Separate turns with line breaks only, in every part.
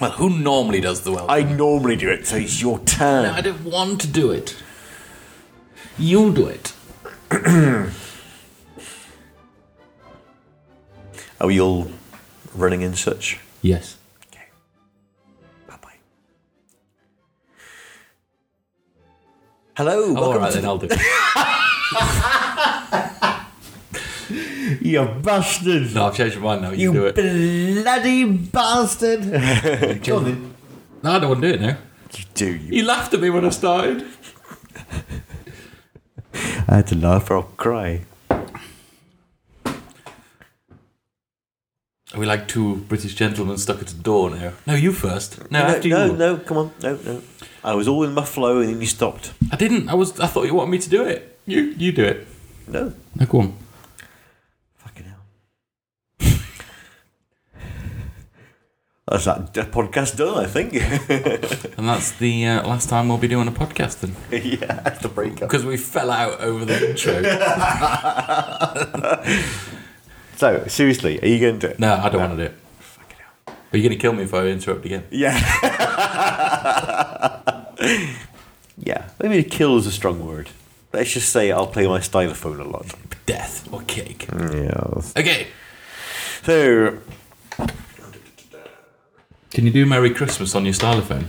Well, who normally does the welcome?
I normally do it, so it's your turn.
No, I don't want to do it. You do it.
Are we all running and such?
Yes.
Okay. Bye bye. Hello,
Oh, all
welcome
right,
to
then I'll do it.
You bastard!
No, I've changed my mind now. You,
you
do it.
bloody bastard! Go on then.
No, I don't want to do it now.
the do you
You laughed at me when I started.
I had to laugh.
or I'll cry.
Are we like two British gentlemen stuck at a door now? No, you first. No, after
no,
you.
no, come on, no, no. I was all in my flow and then you stopped.
I didn't. I was. I thought you wanted me to do it. You, you do it.
No,
No, go on.
fucking hell. That's that d- podcast done, I think.
And that's the uh, last time we'll be doing a podcast then,
yeah, that's the breakup.
because we fell out over the intro.
So, seriously, are you going to do it?
No, I don't want to do it.
Fucking hell.
Are you going to kill me if I interrupt again?
Yeah. yeah. Maybe kill is a strong word. Let's just say I'll play my stylophone a lot.
Death or cake.
Yes.
Okay.
So.
Can you do Merry Christmas on your stylophone?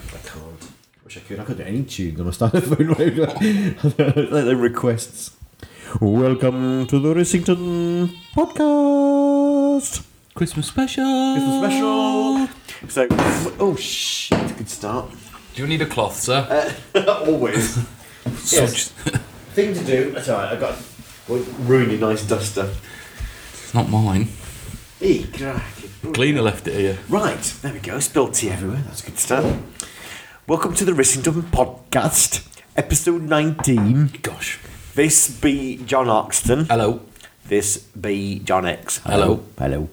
Wish I could. I could do any tune on my stylophone. like the requests. Welcome to the Racington podcast.
Christmas special. Christmas
special.
So.
Oh shit! Good start.
Do you need a cloth, sir?
Always.
So
yes.
just-
Thing to do. That's alright. I got. Well, ruin your nice duster.
it's not mine.
E,
Eek, crikey.
Cleaner left it here.
Right, there we go. Spilled tea everywhere. That's good stuff. Welcome to the Rissington Podcast, episode 19.
Gosh.
This be John Oxton.
Hello.
This be John X.
Hello.
Hello.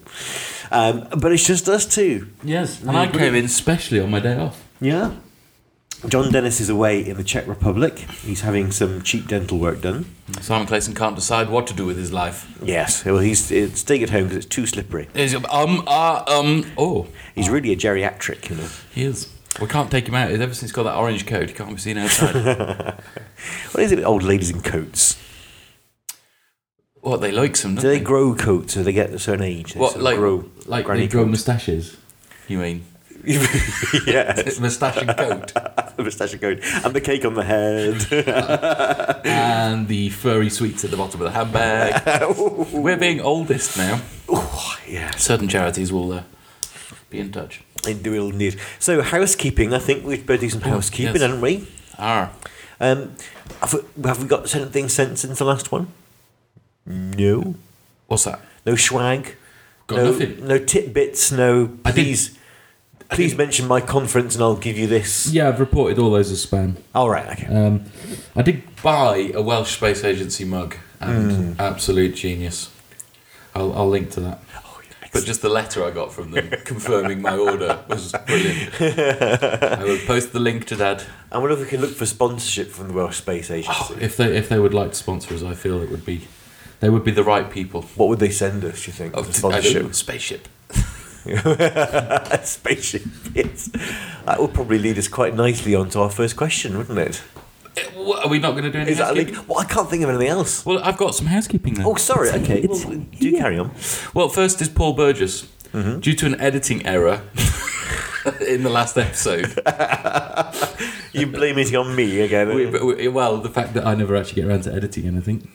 Um, but it's just us two.
Yes. And I came in specially on my day off.
Yeah. John Dennis is away in the Czech Republic. He's having some cheap dental work done.
Simon Clayson can't decide what to do with his life.
Yes. Well, he's, he's staying at home because it's too slippery.
Is um ah um oh
He's really a geriatric, you know.
he is. We can't take him out. Ever since he's got that orange coat, he can't be seen outside.
What is it with old ladies in coats?
what they like some?
Do
Don't
they
they?
grow coats or they get a certain age? They
What
sort of
like
grow
like
granny
they grow
coat?
moustaches? You mean
yeah,
moustache and coat
the moustache coat and the cake on the head.
and the furry sweets at the bottom of the handbag? We're being oldest now.
yes,
Certain charities will uh, be in touch.
in the real news. So housekeeping, I think we'd better do some housekeeping,
yes.
hadn't we?
Ah,
Um, have, we- have we got anything sent since the last one? No,
what's that?
no swag.
Got
no,
nothing.
No tidbits. No,
I didn't-
please, please
didn't-
mention my conference and I'll give you this.
Yeah, I've reported all those as spam.
All right. Okay.
Um, I did buy a Welsh Space Agency mug, and absolute genius. I'll, I'll link to that.
Oh,
But just the letter I got from them confirming my order was brilliant. I will post the link to that
I wonder if we can look for sponsorship from the Welsh Space Agency.
if they if they would like to sponsor us. I feel it would be they would be the right people.
What would they send us? Do you think? as a
I don't know,
sponsorship.
spaceship.
spaceship. Yes. That would probably lead us quite nicely onto our first question, wouldn't it?
Eh, what, are we not going to do anything?
Is that a link? Well, I can't think of anything else.
Well, I've got some housekeeping now.
Oh, sorry. Okay. well, do you carry on?
Well, first is Paul Burgess.
Mm-hmm.
Due to an editing error in the last episode,
You blame it on me again.
we, but we, well, the fact that I never actually get around to editing anything.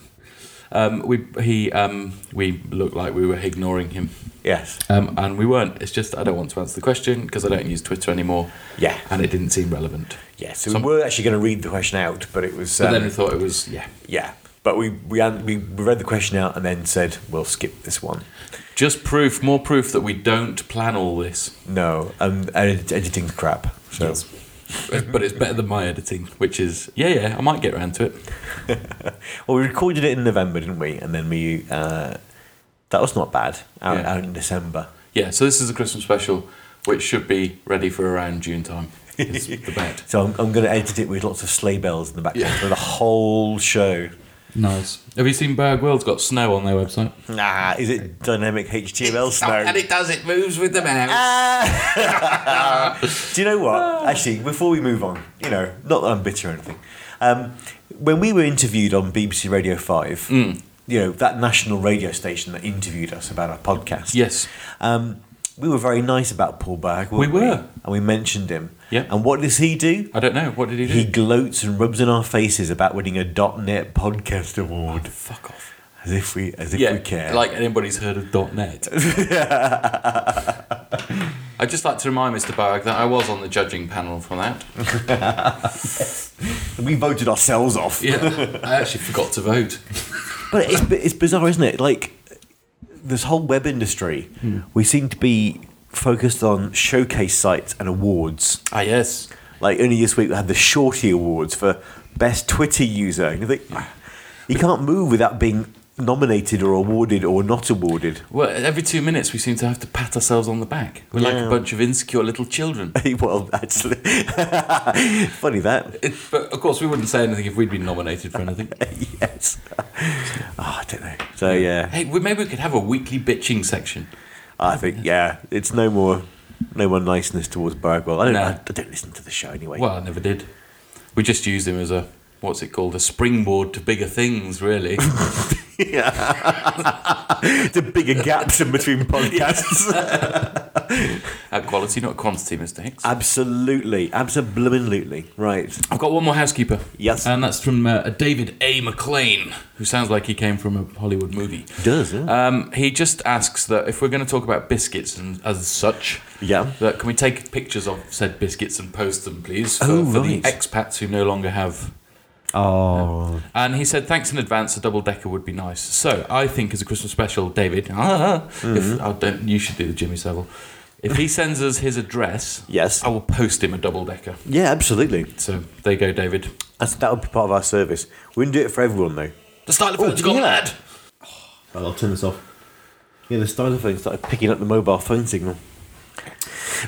Um, we he um, we looked like we were ignoring him,
yes.
um, and we weren't. It's just I don't want to answer the question because I don't use Twitter anymore.
Yeah.
and it didn't seem relevant.
Yes. So
Some-
we were actually going to read the question out, but it was.
But
Um,
then we thought it was yeah.
yeah. But we, we an- we we read the question out and then said we'll skip this one.
Just proof, more proof that we don't plan all this.
No, um, edit- editing's crap. So
but it's better than my editing, which is yeah, yeah. I might get around to it.
well, we recorded it in November, didn't we? And then we uh, that was not bad. Out,
Yeah.
out in December.
Yeah. So this is the Christmas special, which should be ready for around June time. It's the bet.
So I'm, I'm going to edit it with lots of sleigh bells in the background
Yeah.
for the whole show.
Nice. Have you seen Bear Grylls got snow on their website?
Nah, is it dynamic HTML snow? Ah.
it does. It moves with the mouse.
Do you know what? Actually, before we move on, you know, not that I'm bitter or anything. Um, when we were interviewed on BBC Radio 5,
Mm.
you know, that national radio station that interviewed us about our podcast.
Yes.
Um, we were very nice about Paul Berg. weren't
We
we
were.
And we mentioned him.
Yep.
And what does he do?
I don't know. What did he do?
He gloats and rubs in our faces about winning a .NET podcast award.
Fuck off.
As if we, as if
Yeah,
we care.
like anybody's heard of .NET. I'd just like to remind Mr. Barrack that I was on the judging panel for that.
we voted ourselves off.
Yeah, I actually forgot to vote.
But it's, it's bizarre, isn't it? Like, this whole web industry,
Hmm.
we seem to be focused on showcase sites and awards.
Ah, yes.
Like, only this week we had the Shorty Awards for Best Twitter User. And you think, "Ah, you can't move without being nominated or awarded or not awarded.
Well, every two minutes we seem to have to pat ourselves on the back. We're like
Yeah.
a bunch of insecure little children.
well, actually, funny that.
It, but of course, we wouldn't say anything if we'd been nominated for anything.
Yes. oh, I don't know. So, yeah,
hey, we, maybe we could have a weekly bitching section.
I think, yeah, it's no more. No more niceness towards Bergwell. I don't.
No.
I, I don't listen to the show anyway.
Well, I never did. We just used him as a what's it called? A springboard to bigger things, really.
the bigger gaps in between podcasts.
At quality, not quantity, Mr. Hicks.
Absolutely, absolutely. Right.
I've got one more housekeeper.
Yes.
And that's from uh, a David A. McLean, who sounds like he came from a Hollywood movie.
Does yeah.
Um, he just asks that if we're going to talk about biscuits and as such,
Yeah.
that can we take pictures of said biscuits and post them, please, for,
Oh,
for the
right.
expats who no longer have.
Oh,
And he said, "Thanks in advance. A double decker would be nice." So I think as a Christmas special, David,
Mm-hmm.
if I don't, you should do the Jimmy Savile. If he sends us his address,
Yes.
I will post him a double decker.
yeah, absolutely.
So there you go, David.
That's, that would be part of our service. We wouldn't do it for everyone though.
The style of
Oh,
oh,
did you
gone
hear
lad.
that?
Well, I'll turn this off.
Yeah, the stylophone started picking up the mobile phone signal.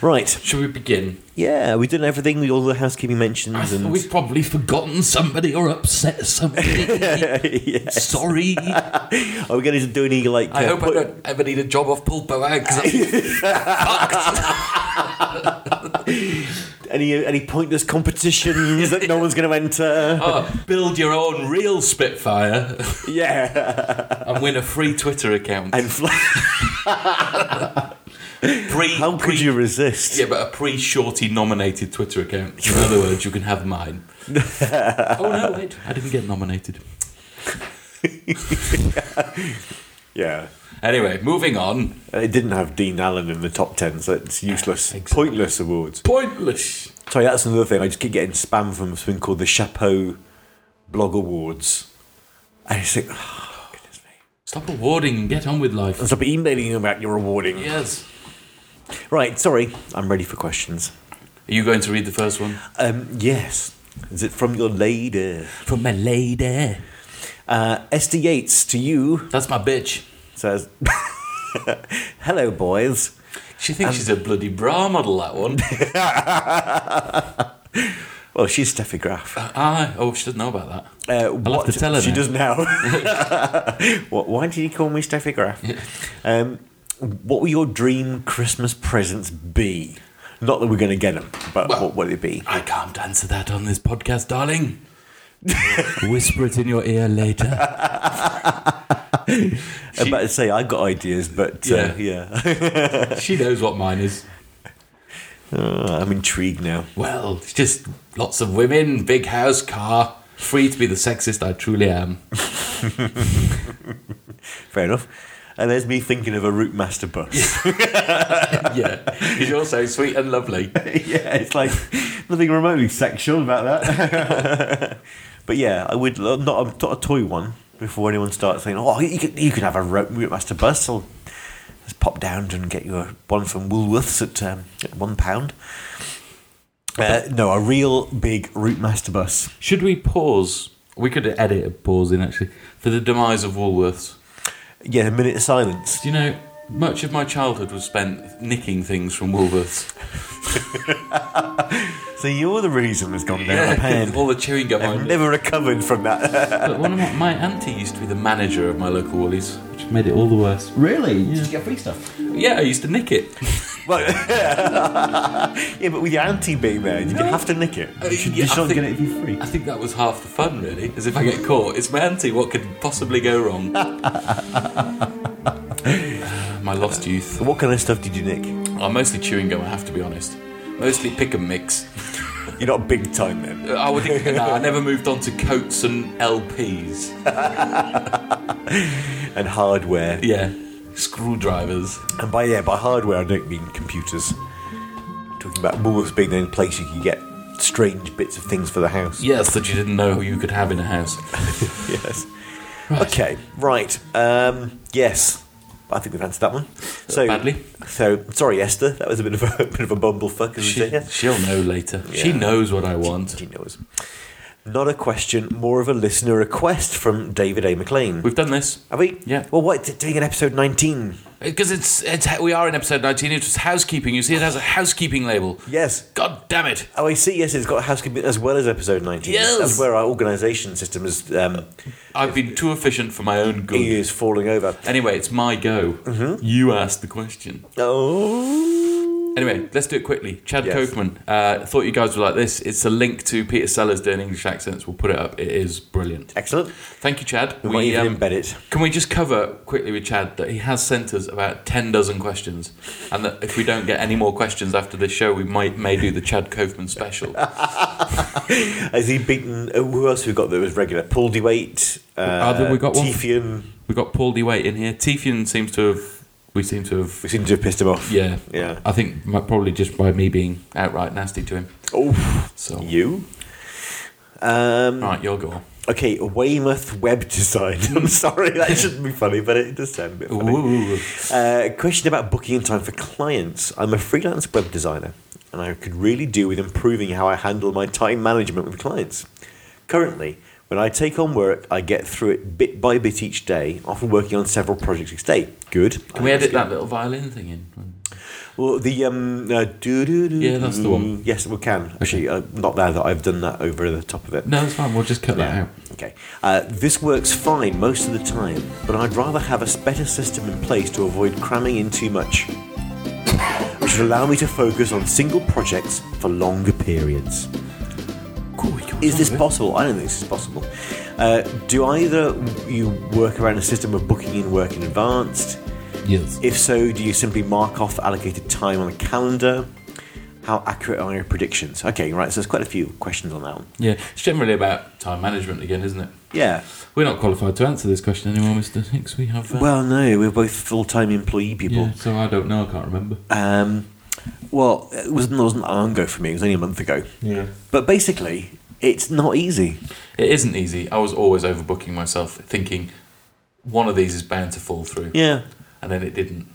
Right.
Should we begin?
Yeah, we've done everything. with All the housekeeping
I
mentions
thought
and
we've probably forgotten somebody or upset somebody.
yes.
Sorry. I
Are we going to do any like? uh,
hope
put-
I don't ever need a job off Paul Boag. 'cause I-
any any pointless competitions that no one's going to enter.
Oh, build your own real Spitfire
Yeah,
and win a free Twitter account.
and fl-
Pre,
how could
pre-
you resist?
Yeah, but a pre-shorty nominated Twitter account. In other words, you can have mine. oh no, wait, I didn't get nominated.
yeah.
Anyway, moving on.
And It didn't have Dean Allen in the top 10, so it's useless.
Exactly.
Pointless awards.
Pointless.
Sorry, that's another thing. I just keep getting spam from something called the Chapeau Blog Awards. I just think, oh, goodness me.
Stop awarding and get on with life.
And stop emailing them about your awarding.
Yes.
Right, sorry. I'm ready for questions.
Are you going to read the first one?
Um, yes. Is it from your lady?
From my lady.
Uh, Esther Yates to you
That's my bitch.
says, Hello, boys.
She thinks she's a bloody bra model, that one.
Well, she's Steffi Graf.
ah, oh, she doesn't know about that.
Uh,
I'll
what
have to tell her
she
now.
does now. what, why did you call me Steffi Graf? um, what will your dream Christmas presents be? Not that we're going to get them, but
Well-
what would it be?
I can't answer that on this podcast, darling. Whisper it in your ear later.
I'm about to Uh, say I've got ideas, but yeah,
Yeah.
uh, yeah.
She knows what mine is.
Uh, I'm intrigued now.
Well, it's just lots of women, big house, car. Free to be the sexist I truly am.
Fair enough. And there's me thinking of a route master bus.
yeah, because you're so sweet and lovely.
yeah, it's like nothing remotely sexual about that. but yeah, I would lo- not a, not a toy one before anyone starts saying, "Oh, you could you could have a rope master bus." I'll just pop down and get you a one from Woolworths at, um, at one pound. Uh, no, a real big route master bus.
Should we pause? We could edit a pause in actually for the demise of Woolworths.
Yeah, a minute of silence.
Do you know? Much of my childhood was spent nicking things from Woolworths.
So you're the reason it's gone down the pan.
all the chewing gum. I-
I've never recovered from that.
But one of my, my auntie used to be the manager of my local Woolies, which made it all the worse.
Really? Yeah. Did you get free stuff?
Yeah, I used to nick it.
well, yeah, but with your auntie being there, you have to nick it.
You should- you
you
should
should
think-
get it if you free.
Uh, I think that was half the fun, really. Is if I get caught, it's my auntie. What could possibly go wrong? Uh, my lost youth.
What kind of stuff did you nick?
Oh, mostly chewing gum. I have to be honest. Mostly pick and mix.
You're not big time then.
Uh, I would. no, I never moved on to coats and LPs.
And hardware.
Yeah, screwdrivers.
And by yeah, by hardware I don't mean computers. talking about Woolworths being the only place you can get strange bits of things for the house.
Yes, that you didn't know you could have in a house.
yes. Okay. Right. Um, yes. I think we've answered that one. So
Badly.
So sorry, Esther. That was a bit of a, bit of a bumblefuck, as we
She,
say. Yeah.
she'll know later. She
Yeah.
knows what I want.
She knows. Not a question, more of a listener request from David A. McLean.
We've done this.
Have we?
Yeah.
Well, what doing in episode nineteen?
Because Uh, it's, it's we are in episode 19. It's just housekeeping. You see, it has a housekeeping label.
Yes.
God damn it.
Oh, I see. Yes, it's got housekeeping as well as episode nineteen.
Yes.
That's where our organisation system is um,
I've been too efficient for my own good.
is falling over.
Anyway, it's my go.
Mm-hmm.
You asked the question.
Oh.
Anyway, let's do it quickly. Chad
Yes.
Kaufman. Uh, thought you guys would like this. It's a link to Peter Sellers doing English accents. We'll put it up. It is brilliant.
Excellent.
Thank you, Chad.
We, might even
um,
embed it.
Can we just cover quickly with Chad that he has sent us about 10 dozen questions and that if we don't get any more questions after this show, we might may do the Chad Kaufman special.
Has he beaten? oh, Who else we got that was regular? Paul DeWeight.
I
Uh,
think we got one.
Teffian.
We've got Paul DeWitt in here. Teffian seems to have. We seem to have.
We seem to have pissed him off.
Yeah.
Yeah.
I think m- probably just by me being outright nasty to him.
Oh,
So.
you. Um,
Right, you'll go on.
Okay, Weymouth web design. I'm sorry, that shouldn't be funny, but it does sound a bit funny.
Ooh.
Uh, question about booking in time for clients. I'm a freelance web designer, and I could really do with improving how I handle my time management with clients. Currently, when I take on work, I get through it bit by bit each day, often working on several projects each day. Good.
Can we edit that little violin thing in?
Well, the um, uh, doo doo doo.
Yeah, that's the one.
doo. Yes, we can. Actually, uh, not now that I've done that over the top of it.
No, it's fine. We'll just cut that out.
Okay. Uh, this works fine most of the time, but I'd rather have a s- better system in place to avoid cramming in too much, which would allow me to focus on single projects for longer periods.
Cool, we can-
Is this possible? I don't think this is possible. Uh, do either you work around a system of booking in work in advance?
Yes.
If so, do you simply mark off allocated time on a calendar? How accurate are your predictions? Okay, right, so there's quite a few questions on that one.
Yeah. It's generally about time management again, isn't it?
Yeah.
We're not qualified to answer this question anymore, Mr. Hicks. We have. Uh,
Well, no, we're both full time employee people.
yeah, so I don't know. I can't remember.
Um, well, it wasn't, it wasn't that long ago for me, it was only a month ago.
Yeah.
But basically, it's not easy.
It isn't easy. I was always overbooking myself, thinking one of these is bound to fall through,
Yeah.
and then it didn't.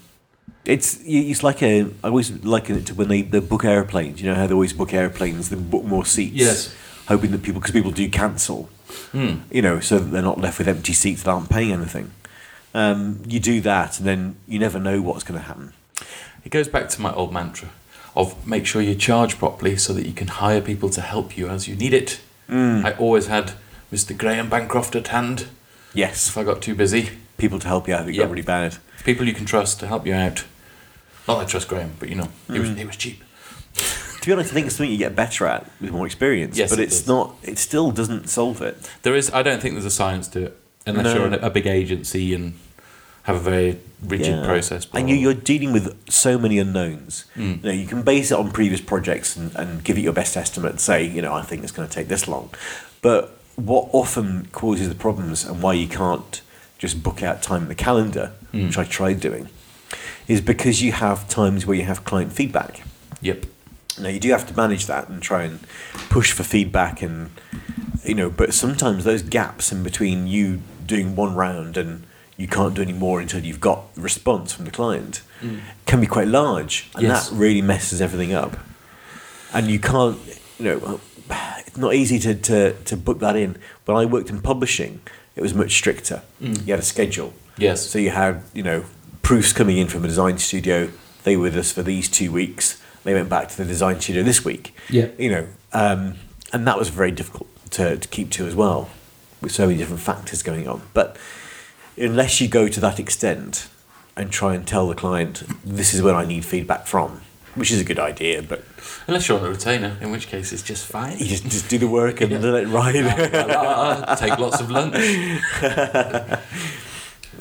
It's y- it's like a I always liken it to when they, they book airplanes. You know how they always book airplanes, then book more seats,
Yes. Hmm.
hoping that people because people do cancel. You know, so that they're not left with empty seats that aren't paying anything. Um, you do that, and then you never know what's going to happen.
It goes back to my old mantra of make sure you charge properly so that you can hire people to help you as you need it.
Mm.
I always had Mr. Graham Bancroft at hand
Yes,
if I got too busy.
people to help you out. It
Yep.
got really bad.
People you can trust to help you out. Not that I trust Graham, but you know, he
Mm.
was he was cheap.
To be honest, I think it's something you get better at with more experience.
Yes,
but
it
it's
does.
not. It still doesn't solve it.
There is I don't think there's a science to it unless
No.
you're a, a big agency and have a very rigid
Yeah.
process. Hmm. blah,
And
blah,
you,
blah.
you're dealing with so many unknowns. You, know, you can base it on previous projects and, and give it your best estimate and say, you know, I think it's going to take this long. But what often causes the problems and why you can't just book out time in the calendar,
Hmm.
which I tried doing, is because you have times where you have client feedback.
Yep.
Now you do have to manage that and try and push for feedback and you know, but sometimes those gaps in between you doing one round and you can't do any more until you've got response from the client can be quite large and
Yes.
that really messes everything up. And you can't you know it's not easy to, to, to book that in. When I worked in publishing, it was much stricter. You had a schedule.
Yes.
So you had, you know, proofs coming in from a design studio. They were with us for these two weeks. They went back to the design studio this week.
Yeah.
You know, um, and that was very difficult to, to keep to as well, with so many different factors going on. But unless you go to that extent and try and tell the client, this is where I need feedback from, which is a good idea, but
Unless you're on a retainer, in which case it's just fine.
you just, just do the work and let it ride.
La, la, la, la, Take lots of lunch.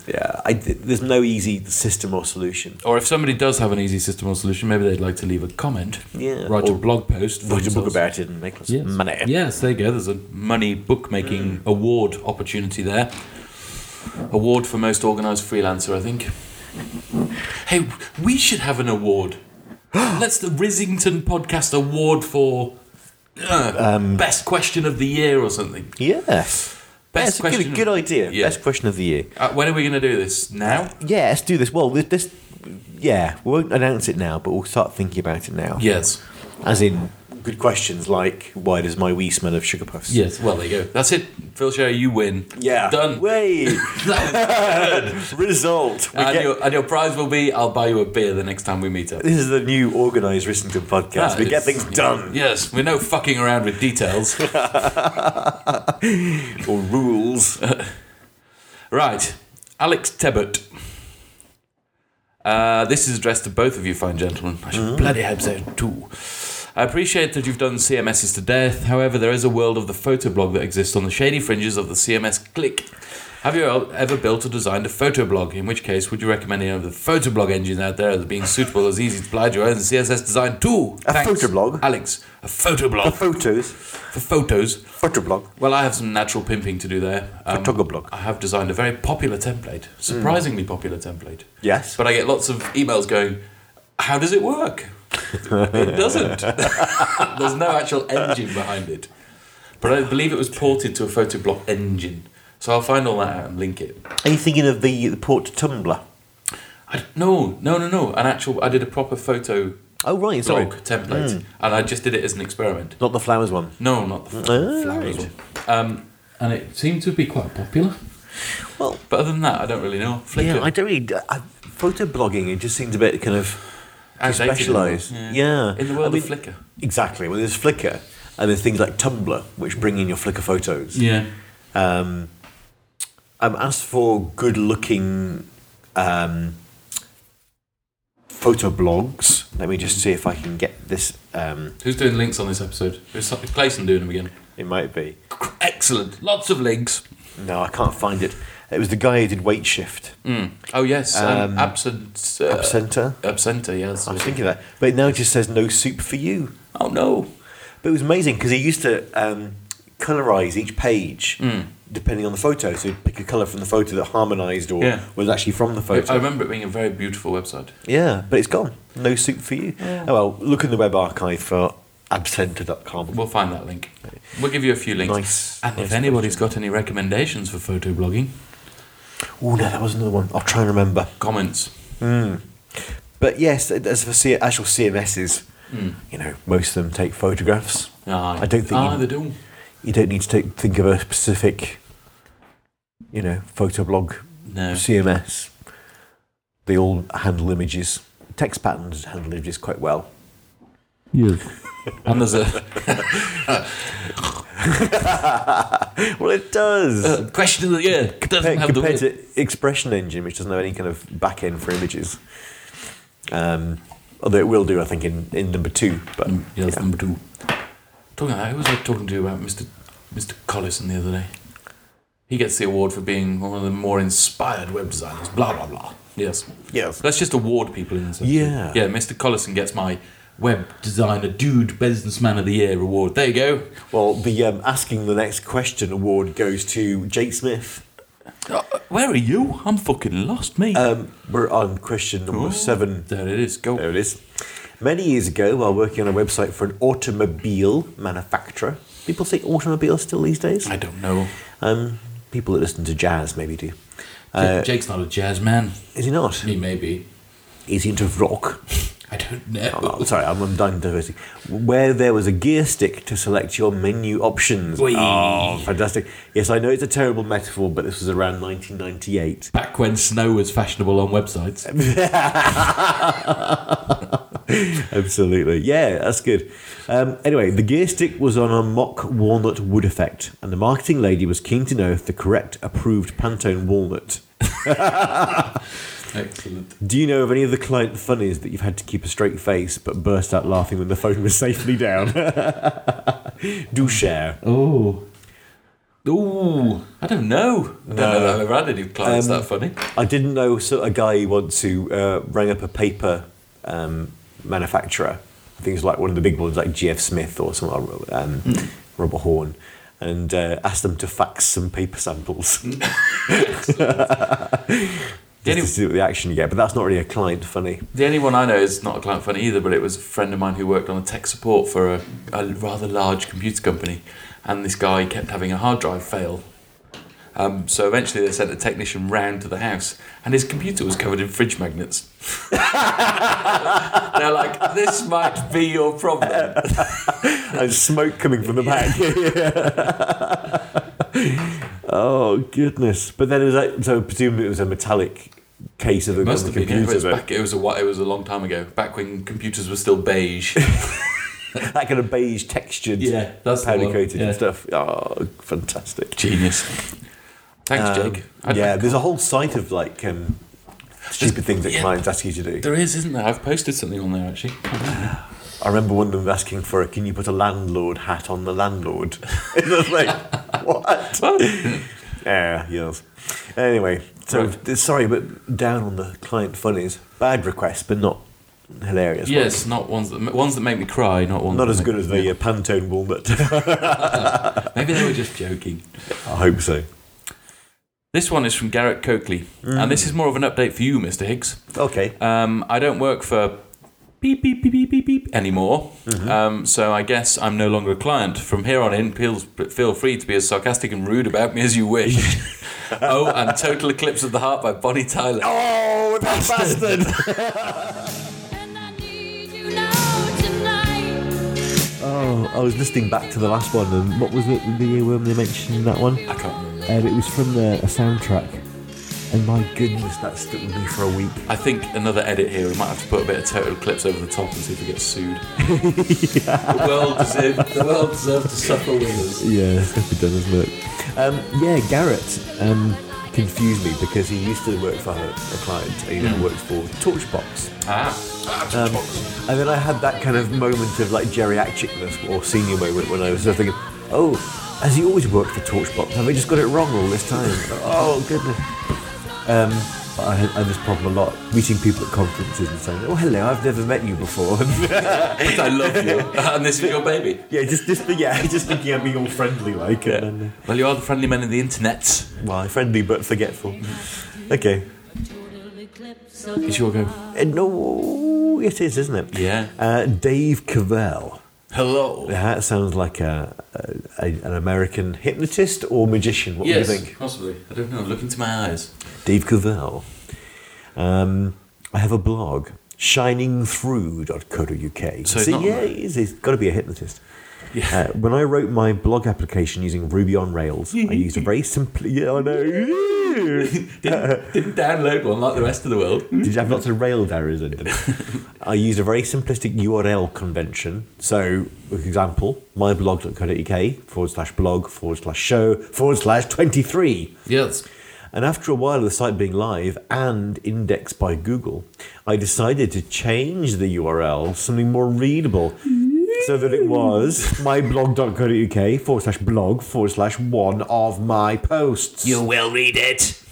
yeah, I, there's no easy system or solution.
Or if somebody does have an easy system or solution, maybe they'd like to leave a comment.
Yeah,
Write a
or
blog post. for
Write a book
themselves.
about it and make lots
Yes.
of money.
Yes, there you go. There's a money bookmaking award opportunity there. Award for most organised freelancer, I think. Hey, we should have an award. Let's the Risington Podcast Award for uh,
Um,
best question of the year or something.
Yes.
Best
That's a
question.
good, good idea.
Yeah.
Best question of the year.
Uh, when are we going to do this? Now?
Yeah, let's do this. Well, this, this, yeah, we won't announce it now, but we'll start thinking about it now.
Yes.
As in, good questions like, why does my wee smell of sugar puffs?
Yes. Well, there you go. That's it. Phil Sherry, you win.
Yeah.
Done.
Way.
and,
Result. We get-
your, and your prize will be I'll buy you a beer the next time we meet up.
this is the new organised Rissington podcast.
Ah,
we get
it's-
things done.
Yes, we're no fucking around with details.
Or rules.
right, Alex Tebbett. Uh, this is addressed to both of you, fine gentlemen. I should bloody hope so too. I appreciate that you've done CMSs to death. However, there is a world of the photoblog that exists on the shady fringes of the CMS clique. Have you el- ever built or designed a photoblog? In which case, would you recommend any of the photoblog engines out there as being suitable as easy to apply to your own CSS design too?
A photoblog?
Alex. A photoblog
Photos.
for photos.
Photoblog.
Well, I have some natural pimping to do there. Um,
Photogoblog.
I have designed a very popular template, surprisingly popular template.
Yes.
But I get lots of emails going, How does it work? it doesn't. There's no actual engine behind it. But I believe it was ported to a photoblock engine. So I'll find all that out and link it.
Are you thinking of the, the port tumbler?
I, no, no, no, no. An actual, I did a proper photo
Oh, right. Sorry.
blog template. And I just did it as an experiment.
Not the flowers one.
No, not the f-
Oh,
flowers
right.
one. Um, and it seemed to be quite popular.
Well-
but other than that, I don't really know. Flickr.
Yeah, I don't really. I, photo blogging, it just seems a bit kind of
outdated
specialised.
in
Yeah.
the- In the world
I
of
mean,
Flickr.
Exactly. Well, there's Flickr, and there's things like Tumblr, which bring in your Flickr photos.
Yeah.
Um, um, as for good looking um, photo blogs, let me just see if I can get this. Um,
Who's doing links on this episode? Is something Clayson doing them again?
it might be.
Excellent. Lots of links.
No, I can't find it. It was the guy who did Weight Shift.
Mm. Oh, yes. Um,
Hmm. Um,
absent. Uh,
Absenter.
absenter, yes.
I was thinking that. But now it just says no soup for you.
Oh, no.
But it was amazing because he used to um, colorize each page
Hmm.
depending on the photo. So he'd pick a color from the photo that harmonized or
Yeah. Oh,
was actually from the
I
photo.
I remember it being a very beautiful website.
yeah, but it's gone. No soup for you. Oh well, look in the web archive for absenter.com.
We'll find that link. We'll give you a few links.
Nice.
And if
Nice
anybody's got any recommendations for photo blogging,
Oh no, that was another one. I'll try and remember. Hmm.
comments.
But yes, as for C- actual CMSs, you know, most of them take photographs.
Hmm. Aye.
Hmm. I don't think
Aye,
you-
they do.
You don't need to take, think of a specific, you know, photo blog
No.
CMS, they all handle images. Text patterns handle images quite well.
Yes.
And there's a
Well, it does.
uh, question of the year. Doesn't have the
compared
word.
to Expression Engine, which doesn't have any kind of back end for images. Um, although it will do, I think, in, in number two. But
Yeah, that's number two. Talking about, who was I talking to about Mr. Mr. Collison the other day? He gets the award for being one of the more inspired web designers. Blah blah blah. Yes.
Yes.
Let's just award people in this. episode.
Yeah.
Yeah. Mr. Collison gets my web designer dude businessman of the year award. There you go.
Well, the um, Asking the Next Question award goes to Jake Smith.
Uh, where are you? I'm fucking lost, me.
Um, we're on question number oh, seven. Oh.
there it is. Go.
There it is. Many years ago, while working on a website for an automobile manufacturer, people say automobile still these days.
I don't know.
Um, people that listen to jazz maybe do. Uh,
Ja- Jake's not a jazz man.
Is he not?
He may be.
Is he into rock?
I don't know.
Oh, sorry, I'm, I'm done diverting. Where there was a gear stick to select your menu options.
Whee.
Oh, fantastic. Yes, I know it's a terrible metaphor, but this was around 1998.
Back when snow was fashionable on websites.
Absolutely. Yeah, that's good. Um, anyway, the gear stick was on a mock walnut wood effect, and the marketing lady was keen to know if the correct approved Pantone walnut.
Excellent.
Do you know of any of the client funnies that you've had to keep a straight face but burst out laughing when the phone was safely down? Do share.
Oh.
Ooh, I don't know. I don't know that I've ever had any clients that funny.
I didn't know so a guy once who uh, rang up a paper um, manufacturer. I think it was like one of the big ones, like GF Smith or some like, um, Robert Horn, and uh, asked them to fax some paper samples just to
Anyway.
see what the action you get. But that's not really a client funny.
The only one I know is not a client funny either, but it was a friend of mine who worked on the tech support for a, a rather large computer company, and this guy kept having a hard drive fail. Um, so eventually they sent a technician round to the house, and his computer was covered in fridge magnets. They're like, this might be your problem.
and smoke coming from the back. oh goodness! But then it was like, so presumably it was a metallic case of the,
Must
of
have
the
been. Yeah, it,
computer.
was
but
back, it was a whi- it was a long time ago, back when computers were still beige.
that kind of beige textured,
Yeah, that's the
powder
one,
coated
yeah.
and stuff. Oh, fantastic!
Genius. Thanks,
Um,
Jake.
yeah, there's a whole site of like um, stupid things that
yeah.
clients ask you to do.
there is, isn't there? I've posted something on there actually.
I remember one of them asking for a, "Can you put a landlord hat on the landlord?" it was like, what? Yeah, yes. Anyway, so
Right.
th- sorry, but down on the client funnies. Bad request, but not hilarious. ones.
Yes, not ones that ones that make me cry, not ones.
Not
that
as
make-
good as the
Yeah.
uh, Pantone walnut.
Maybe they were just joking.
I hope so.
This one is from Garrett Coakley, and this is more of an update for you, Mr. Higgs.
Okay.
Um, I don't work for beep beep beep beep beep beep anymore, um, so I guess I'm no longer a client. From here on in, feel, feel free to be as sarcastic and rude about me as you wish. oh, and Total Eclipse of the Heart by Bonnie Tyler.
Oh, that bastard!
And I need you now tonight.
oh, I was listening back to the last one, and what was it? The earworm they mentioned in that one?
I can't remember.
Um, it was from the, a soundtrack.
And my goodness, that stuck with me for a week.
I think another edit here. We might have to put a bit of total clips over the top and see if we get sued. The world deserved. The world deserved to suffer with us.
Yeah, it's gonna be done, isn't it? Um, yeah, Garrett um, confused me because he used to work for a, a client and he now works for Torchbox.
Ah,
And then I had that kind of moment of like geriatricness or senior moment when I was sort of thinking, oh, has he always worked for Torchbox? Have I just got it wrong all this time? oh, goodness. Um, but I had, I had this problem a lot, meeting people at conferences and saying, oh, hello, I've never met you before.
but I love you, and this is your baby.
yeah, just, just, yeah, just thinking I'm being all friendly like.
Yeah.
And then,
Well, you are the friendly men of the internet.
uh, well, friendly but forgetful. Okay.
Total eclipse of
It's your go.
Uh, No, it is, isn't it?
Yeah.
Uh, Dave Cavell.
Hello.
That sounds like a, a, a- an American hypnotist or magician. What
yes,
do you think?
possibly. I don't know. Look into my eyes.
Dave Cavell. Um, I have a blog, shiningthrough.co.uk.
So it's
See,
not-
yeah, it is. It's got to be a hypnotist.
Yeah.
Uh, when I wrote my blog application using Ruby on Rails, I used a very simple. Yeah, I know.
Didn't, didn't download one like the rest of the world.
Did you have lots of railed errors in it? I used a very simplistic URL convention. So, for example, myblog.co.uk forward slash blog forward slash show forward slash 23.
Yes.
And after a while of the site being live and indexed by Google, I decided to change the URL to something more readable. So that it was myblog.co.uk forward slash blog forward slash one of my posts.
will read it.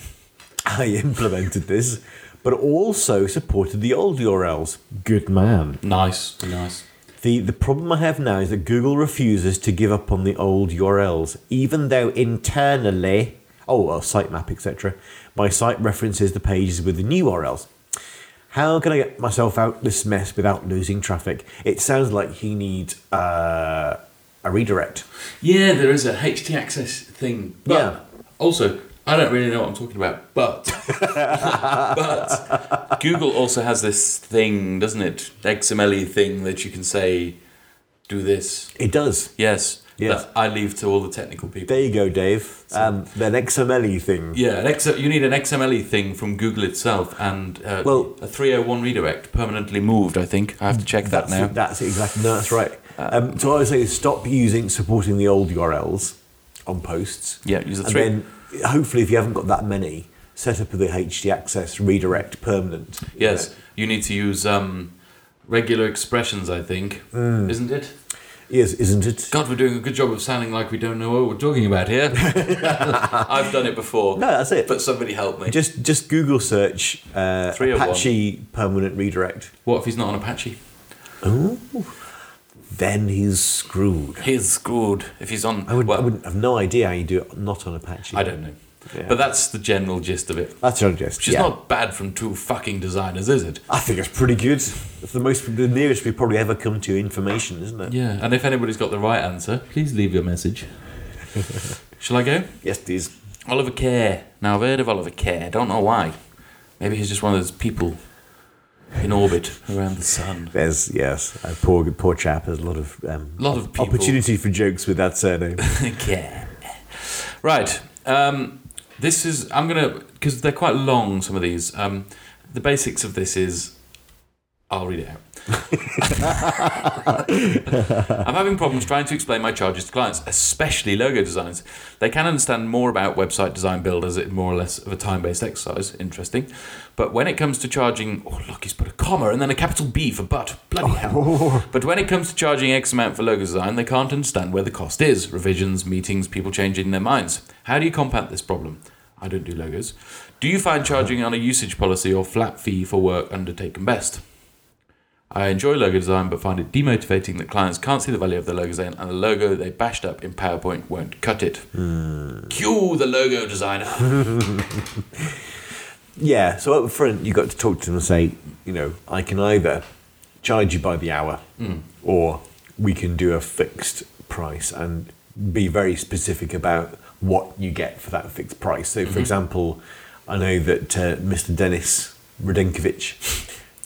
I implemented this, but also supported the old URLs. Good man.
Nice. Nice.
The, the problem I have now is that Google refuses to give up on the old URLs, even though internally, oh, well, sitemap, etc., my site references the pages with the new URLs. How can I get myself out this mess without losing traffic? It sounds like he needs uh, a redirect.
Yeah, there is a HT access thing. But
Yeah.
Also, I don't really know what I'm talking about, but but Google also has this thing, doesn't it? XML thing that you can say, do this.
It does.
Yes.
Yes.
That I leave to all the technical people.
There you go, Dave. Um, an XMLE thing.
yeah, an X- you need an XMLE thing from Google itself and uh,
Well-
a 301 redirect permanently moved, I think. I have to check that
That's
now. Uh,
it, that's it, exactly. No, that's right. Um, so what I would say is stop using supporting the old URLs on posts.
Yeah, use the
and
three.
then hopefully, if you haven't got that many, set up the HD access redirect permanent.
yes, you need to use um, regular expressions, I think.
Hmm.
Isn't it?
Yes, isn't it?
God, we're doing a good job of sounding like we don't know what we're talking about here. I've done it before.
No, that's it.
But oh somebody help me.
Just just Google search uh,
301.
Apache permanent redirect.
what if he's not on Apache?
Then he's screwed.
He's screwed. If he's on,
I would,
well,
I would have no idea how you do it not on Apache.
I don't know.
Yeah.
But that's the general gist of it.
That's your guess.
Which is not bad from two fucking designers, is it?
I think it's pretty good. It's the most the nearest we've probably ever come to information, isn't it?
Yeah. And if anybody's got the right answer, please leave your message. Shall I go?
Yes, it is.
Oliver Kerr. Now I've heard of Oliver Kerr. Don't know why. Maybe he's just one of those people in orbit around the sun.
There's yes, a poor poor chap. There's a lot of um,
Lot of people.
opportunity for jokes with that surname.
Kerr. Right. Um, this is. I'm gonna because they're quite long. Some of these. Um, the basics of this is. I'll read it out. I'm having problems trying to explain my charges to clients, especially logo designs. They can understand more about website design build as it more or less of a time based exercise. Interesting. But when it comes to charging, oh, look, he's put a comma and then a capital B for but. Bloody hell. But when it comes to charging X amount for logo design, they can't understand where the cost is revisions, meetings, people changing their minds. How do you combat this problem? I don't do logos. Do you find charging on a usage policy or flat fee for work undertaken best? I enjoy logo design, but find it demotivating that clients can't see the value of the logo design, and the logo they bashed up in PowerPoint won't cut it. Hmm. Cue the logo designer.
yeah. So up front, you got to talk to them and say, you know, I can either charge you by the hour,
Hmm.
or we can do a fixed price and be very specific about what you get for that fixed price. So,
Mm-hmm.
for example, I know that uh, Mr. Dennis Radenkovic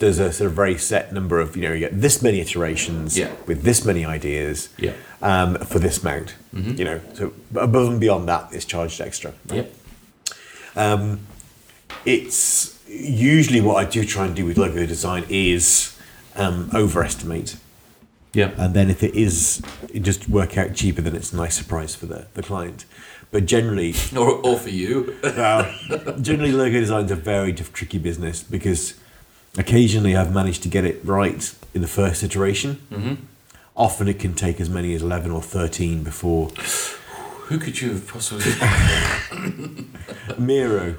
does a sort of very set number of, you know, you get this many iterations
Yeah.
with this many ideas
Yeah. Mm-hmm.
um, for this amount. You know, so above and beyond that, it's charged extra.
yep.
It's usually what I do try and do with logo design is um, overestimate.
Yep.
And then if it is, it just work out cheaper, then it's a nice surprise for the, the client. But generally,
Or, or for you.
uh, generally logo design's a very diff- tricky business because occasionally I've managed to get it right in the first iteration. Mm-hmm. Often it can take as many as 11 or 13 before
Who could you have possibly?
Miro.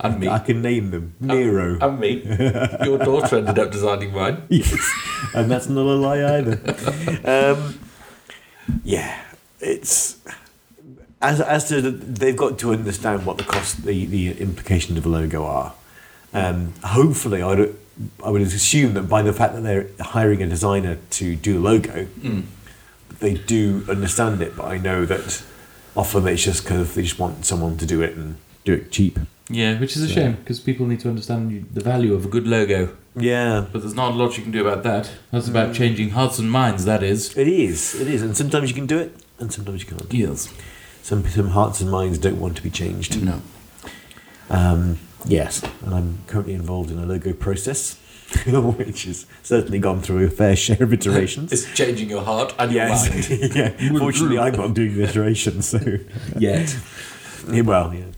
and me.
I can name them. Miro.
And me. Your daughter ended up designing mine.
yes, and that's not a lie either. Um, yeah, it's as as to the, they've got to understand what the cost, the, the implications of a logo are. Um, hopefully, I would I would assume that by the fact that they're hiring a designer to do a logo, they do understand it. But I know that often it's just kind of they just want someone to do it and do it cheap.
Yeah, which is a shame because people need to understand the value of a good logo.
Yeah,
But there's not a lot you can do about that. That's about changing hearts and minds. That is.
it is. It is, and sometimes you can do it, and sometimes you can't.
Yes.
some some hearts and minds don't want to be changed.
No.
Um, yes, and I'm currently involved in a logo process, which has certainly gone through a fair share of iterations.
It's changing your heart and your
yes,
mind.
yeah. Fortunately, I'm not doing the iteration, so
Yet.
yeah, well, yeah.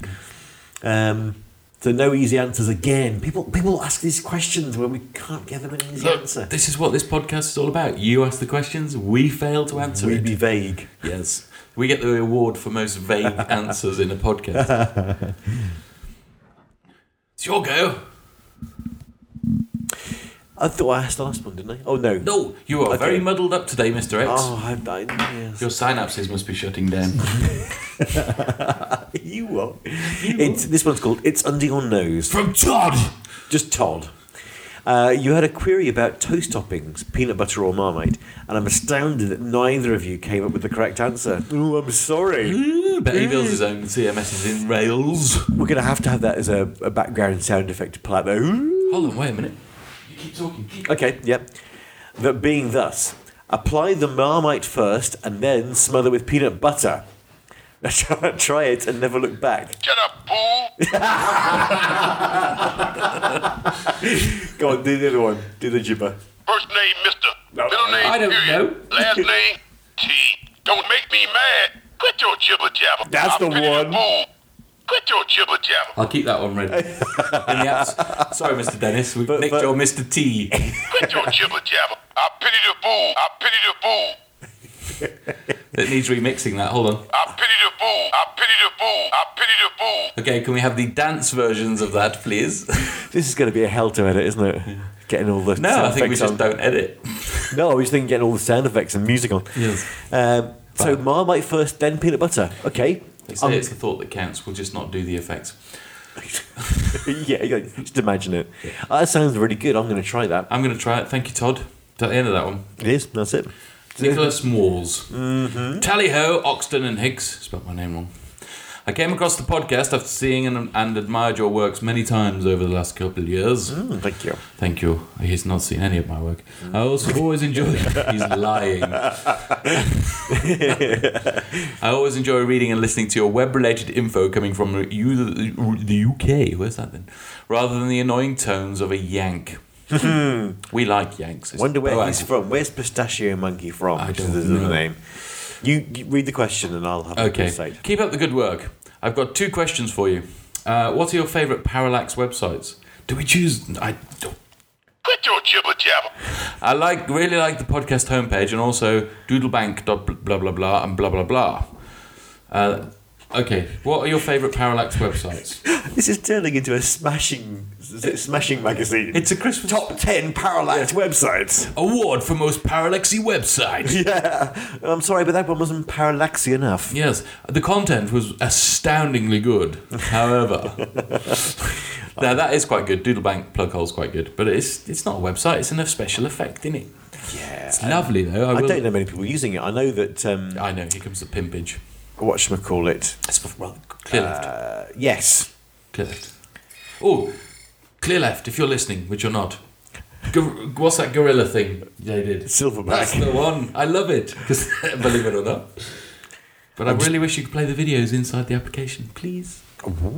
Um, so no easy answers again. People people ask these questions when we can't give them an easy
Look,
answer.
this is what this podcast is all about. You ask the questions, we fail to answer
We
it.
be vague.
yes. We get the award for most vague answers in a podcast. it's your go.
I thought I asked the last one, didn't I? Oh no.
No, you are
Okay.
very muddled up today, Mr. X.
Oh, I, I, yes.
Your synapses must be shutting down.
You what? It's this one's called "It's Under Your Nose."
From Todd!
Just Todd. Uh, you had a query about toast toppings, peanut butter or marmite, and I'm astounded that neither of you came up with the correct answer. Ooh, I'm sorry.
Bet he builds his own CMSs in Rails.
We're going to have to have that as a, a background sound effect to pull out there. Ooh.
Hold on, wait a minute. You keep talking. Keep...
Okay, yep. That being thus, Apply the marmite first and then smother with peanut butter. Try it and never look back.
Get up, fool!
Go on, do the other one. Do the jibber.
First name, Mister. Middle name,
I don't
period.
know.
Last name, T. Don't make me mad. Quit your jibber jabber.
That's
I'm
the
Peter
one.
Boone. Quit your jibber jabber.
I'll keep that one ready. In the abs- Sorry, Mr. Dennis, we've
But-
nicked
but-
your Mr. T.
Quit your jibber jabber. I pity the fool. I pity the fool.
That needs remixing that. Hold on.
I pity the fool. I pity the fool. I pity the fool.
Okay, can we have the dance versions of that, please?
This is going to be a hell to edit, isn't it? Getting all the
No,
sound
I think we
effects
just
on.
don't edit.
No, I was thinking getting all the sound effects and music on.
Yes.
Um, so Marmite first, then peanut butter. Okay.
They say
Um,
it's the thought that counts. We'll just not do the effects.
yeah, yeah, just imagine it. Uh, that sounds really good. I'm going to try that.
I'm going to try it. Thank you, Todd. Is that the end of that one?
It is. That's it.
Nicholas Moores.
Mm-hmm.
Tally ho, Oxton and Higgs. Spelt my name wrong. I came across the podcast after seeing and, and admired your works many times over the last couple of years.
Mm, thank you.
Thank you. He's not seen any of my work. I
Mm.
also always enjoy. He's lying. I always enjoy reading and listening to your web-related info coming from the U- the UK. Where's that then? Rather than the annoying tones of a yank. we like yanks. It's
Wonder where he's
proactive.
from. Where's Pistachio Monkey from?
I
Which is
don't
his other
know.
name. You, you read the question and I'll have a
Okay.
say.
Keep up the good work. I've got two questions for you. Uh, what are your favourite parallax websites? Do we choose? I don't.
Quit your jibber jabber.
I like really like the podcast homepage and also doodlebank dot bl- blah blah blah and blah blah blah. Uh, okay, what are your favourite parallax websites?
This is turning into a smashing, is it smashing magazine.
It's a Christmas
top ten parallax websites.
award for most parallaxy website.
Yeah, I'm sorry, but that one wasn't parallaxy enough.
yes, the content was astoundingly good. However, now that is quite good. Doodlebank plug hole's quite good, but it's it's not a website. It's a special effect, isn't it?
Yeah,
It's lovely though. I,
I
will,
don't know many people using it. I know that um,
I know. Here comes the pimpage.
what should call it?
It's for, well, clear left.
Uh, yes,
Clear left. Oh, clear left. If you're listening, which you're not. Gor- what's that gorilla thing they did? That's
Silverback.
the one. I love it. 'cause- believe it or not. But I really wish you could play the videos inside the application, please.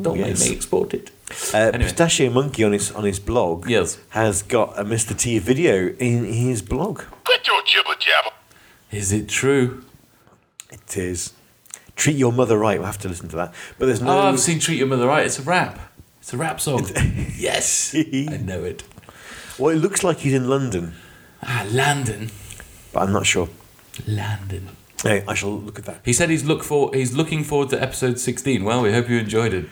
Don't
Oh, yes.
make me export it.
Uh,
Anyway.
Pistachio Monkey on his on his blog
Yes.
has got a Mr T video in his blog.
Quit your jibber jabber.
Is it true?
It is treat your mother right. We'll have to listen to that. But there's no.
Oh, I've seen Treat Your Mother Right. It's a rap. It's a rap song. yes, I know it.
well, it looks like he's in London,
Ah, Landon.
but I'm not sure.
Landon.
Anyway, I shall look at that.
He said he's look for he's looking forward to episode sixteen. Well, we hope you enjoyed it.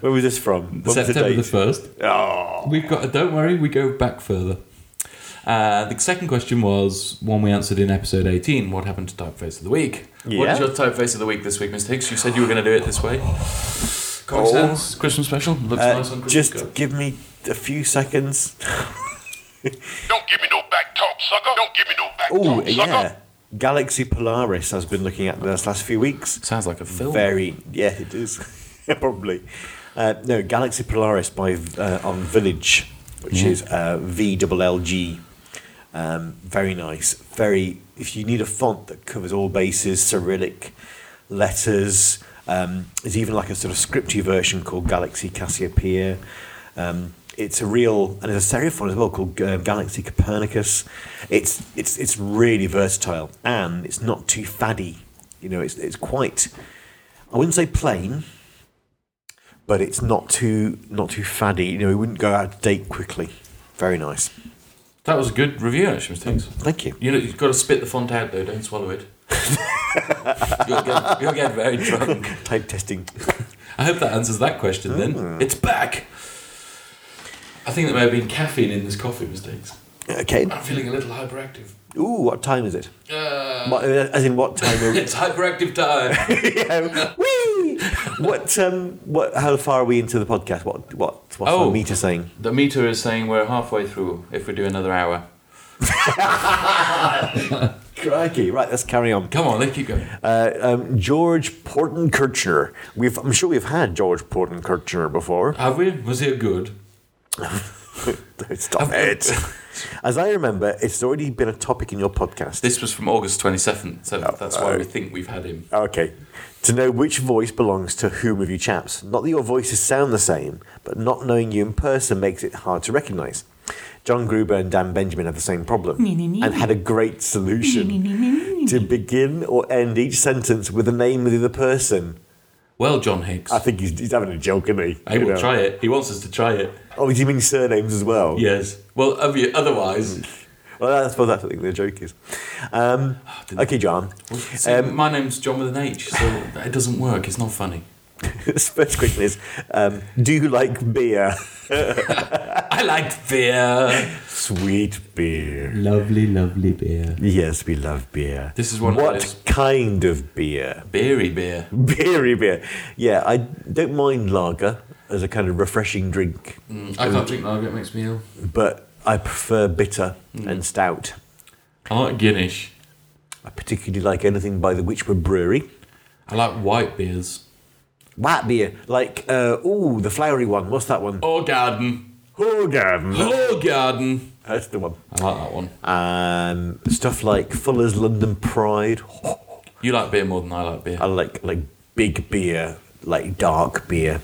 Where was this from? What was the
September the
date?
first.
Oh.
We've got. Don't worry, we go back further. Uh, the second question was one we answered in episode eighteen. What happened to typeface of the week? What
Yeah.
is your typeface of the week this week, Mr. Hicks? You said you were going to do it this way. Comic
Oh.
Sans Christmas special looks
Uh,
nice on Christmas.
just
card.
give me a few seconds.
Don't give me no back talk, sucker. Don't give me no back
Oh
talk,
yeah,
sucker.
Galaxy Polaris. I've been looking at this last few weeks.
sounds like a film.
Very yeah, it is probably. Uh, no, Galaxy Polaris by uh, on Village, which is uh, V double L G. Um, very nice. Very. If you need a font that covers all bases, Cyrillic letters. Um, there's even like a sort of scripty version called Galaxy Cassiopeia. Um, it's a real and there's a serif one as well called uh, Galaxy Copernicus. It's it's it's really versatile and it's not too faddy. You know, it's it's quite. I wouldn't say plain, but it's not too not too faddy. You know, it wouldn't go out of date quickly. Very nice.
That was a good review, actually, Mr. Hicks.
Thank you.
You know, you've got to spit the font out though. Don't swallow it. you'll, get, you'll get very drunk.
Type testing.
I hope that answers that question then. It's back! I think there may have been caffeine in this coffee mistakes.
Okay.
I'm feeling a little hyperactive.
Ooh, what time is it?
Uh,
What, as in what time? Are we,
it's hyperactive time.
Yeah, whee! What um? What? How far are we into the podcast? What? What? What's
Oh.
our meter saying?
the meter is saying we're halfway through if we do another hour.
Crikey! Right, let's carry on.
Come on, let's keep going.
Uh, um, George Porton Kirchner. We've, I'm sure we've had George Porton Kirchner before.
Have we? Was it good?
Stop it. As I remember, it's already been a topic in your podcast.
This was from August 27th, so
Oh,
that's why
oh.
we think we've had him.
Okay. To know which voice belongs to whom of you chaps. Not that your voices sound the same, but not knowing you in person makes it hard to recognise. John Gruber and Dan Benjamin had the same problem and had a great solution to begin or end each sentence with the name of the other person.
Well, John Hicks.
I think he's, he's having a joke, isn't he?
I
You
will
know.
try it. He wants us to try it.
Oh, do you mean surnames as well?
Yes. Well, obvi- otherwise,
Well, that's what that's what I think the joke is. Um,
Oh, didn't-
okay, John.
See, my name's John with an H, so it doesn't work. It's not funny.
First question is, um, do you like beer?
I like beer.
Sweet beer.
Lovely, lovely beer.
Yes, we love beer.
This is one of
What
those-
kind of beer?
Beery beer.
Beery beer. Yeah, I don't mind lager as a kind of refreshing drink,
I can't drink lager; it makes me ill.
but I prefer bitter
Mm.
and stout.
I like Guinness.
I particularly like anything by the Witchwood Brewery.
I like white beers.
White beer, like uh, oh, the flowery one. What's that one?
Or garden.
Hogan.
Or garden.
That's the one.
I like that one.
Um, stuff like Fuller's London Pride.
You like beer more than I like beer.
I like like big beer, like dark beer.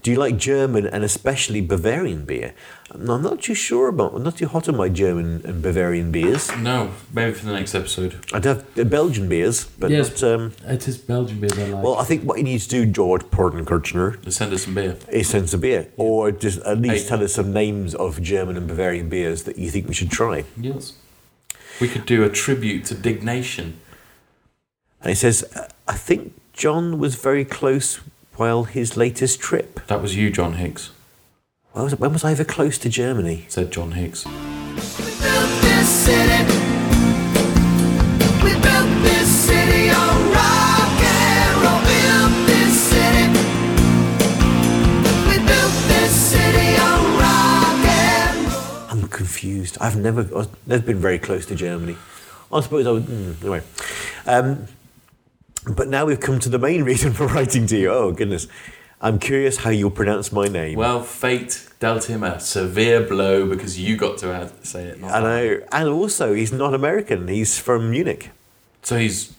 Do you like German and especially Bavarian beer? And I'm not too sure about. I'm not too hot on my German and Bavarian beers.
No, maybe for the next episode.
I'd have uh, Belgian beers, but
Yes.
not. Um,
It is Belgian beer I like.
well, I think what you need to do, George Pardon Kirchner,
Send us some beer.
is send some beer, or just at least
Hey.
tell us some names of German and Bavarian beers that you think we should try.
Yes. We could do a tribute to Dignation.
And it says, uh, I think John was very close while his latest trip.
That was you, John Hicks,
When was, when was I ever close to Germany?
said John Hicks.
We built this city. We built this city on rock and roll. Built this city. We built this city on rock and roll.
I'm confused. I've never, I've never been very close to Germany. I suppose I would. mm, Anyway, um, but now we've come to the main reason for writing to you. Oh goodness, I'm curious how you'll pronounce my name.
Well, fate dealt him a severe blow because you got to add, say it. Not
and I, and also he's not American. He's from Munich.
So he's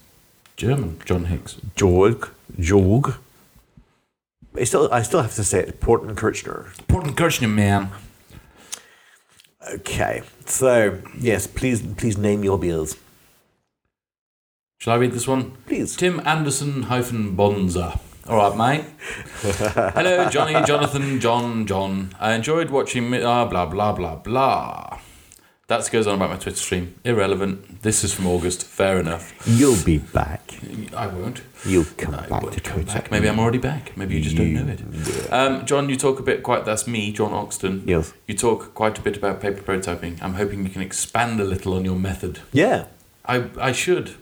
German, John Hicks.
Jorg, Jorg. It's still, I still have to say it. Portenkirchner.
Porton Kirchner, man.
Okay, so yes, please, please name your beers.
Shall I read this one?
Please.
Tim Anderson hyphen Bonza. All right, mate. Hello, Johnny, Jonathan, John, John. I enjoyed watching. Mi- ah, blah, blah, blah, blah. That goes on about my Twitter stream. Irrelevant. This is from August. Fair enough.
You'll be back.
I won't.
You'll come
I
back
won't
to
come
Twitter.
back. Maybe I'm already back. Maybe you just don't know it. Um, John, you talk a bit quite. That's me, John Oxton.
Yes.
You talk quite a bit about paper prototyping. I'm hoping you can expand a little on your method.
Yeah.
I I should,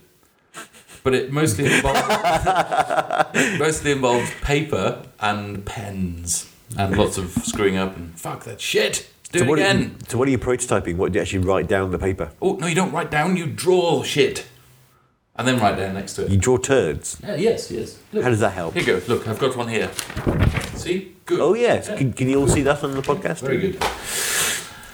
but it mostly involves mostly involves paper and pens and lots of screwing up and fuck that shit. Do it
what
again.
Are you, so what are you prototyping? What do you actually write down on the paper?
Oh no, you don't write down. You draw shit, and then write down next to it.
You draw turds.
Yeah, yes, yes. Look.
How does that help?
Here you go. Look, I've got one here. See, good.
Oh yes. Can, can you all see that on the podcast?
Very good.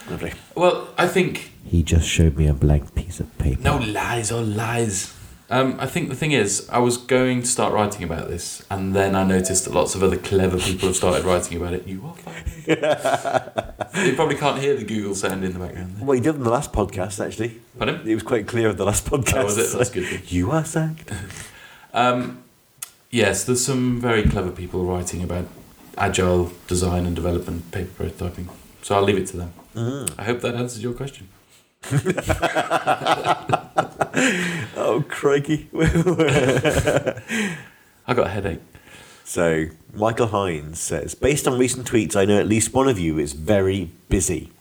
Lovely.
Well, I think
He just showed me a blank piece of paper.
no lies
oh,
or lies. Um, I think the thing is, I was going to start writing about this, and then I noticed that lots of other clever people have started writing about it. You are fired. you probably can't hear the Google sound in the background. There.
Well, you did on the last podcast actually.
Pardon? Oh,
It was quite clear of the last podcast.
was it? That's good.
You are sacked.
Yes, there's some very clever people writing about agile design and development, paper prototyping. So I'll leave it to them.
Mm.
I hope that answers your question.
Oh crikey!
I got a headache.
so Michael Hines says, based on recent tweets, I know at least one of you is very busy.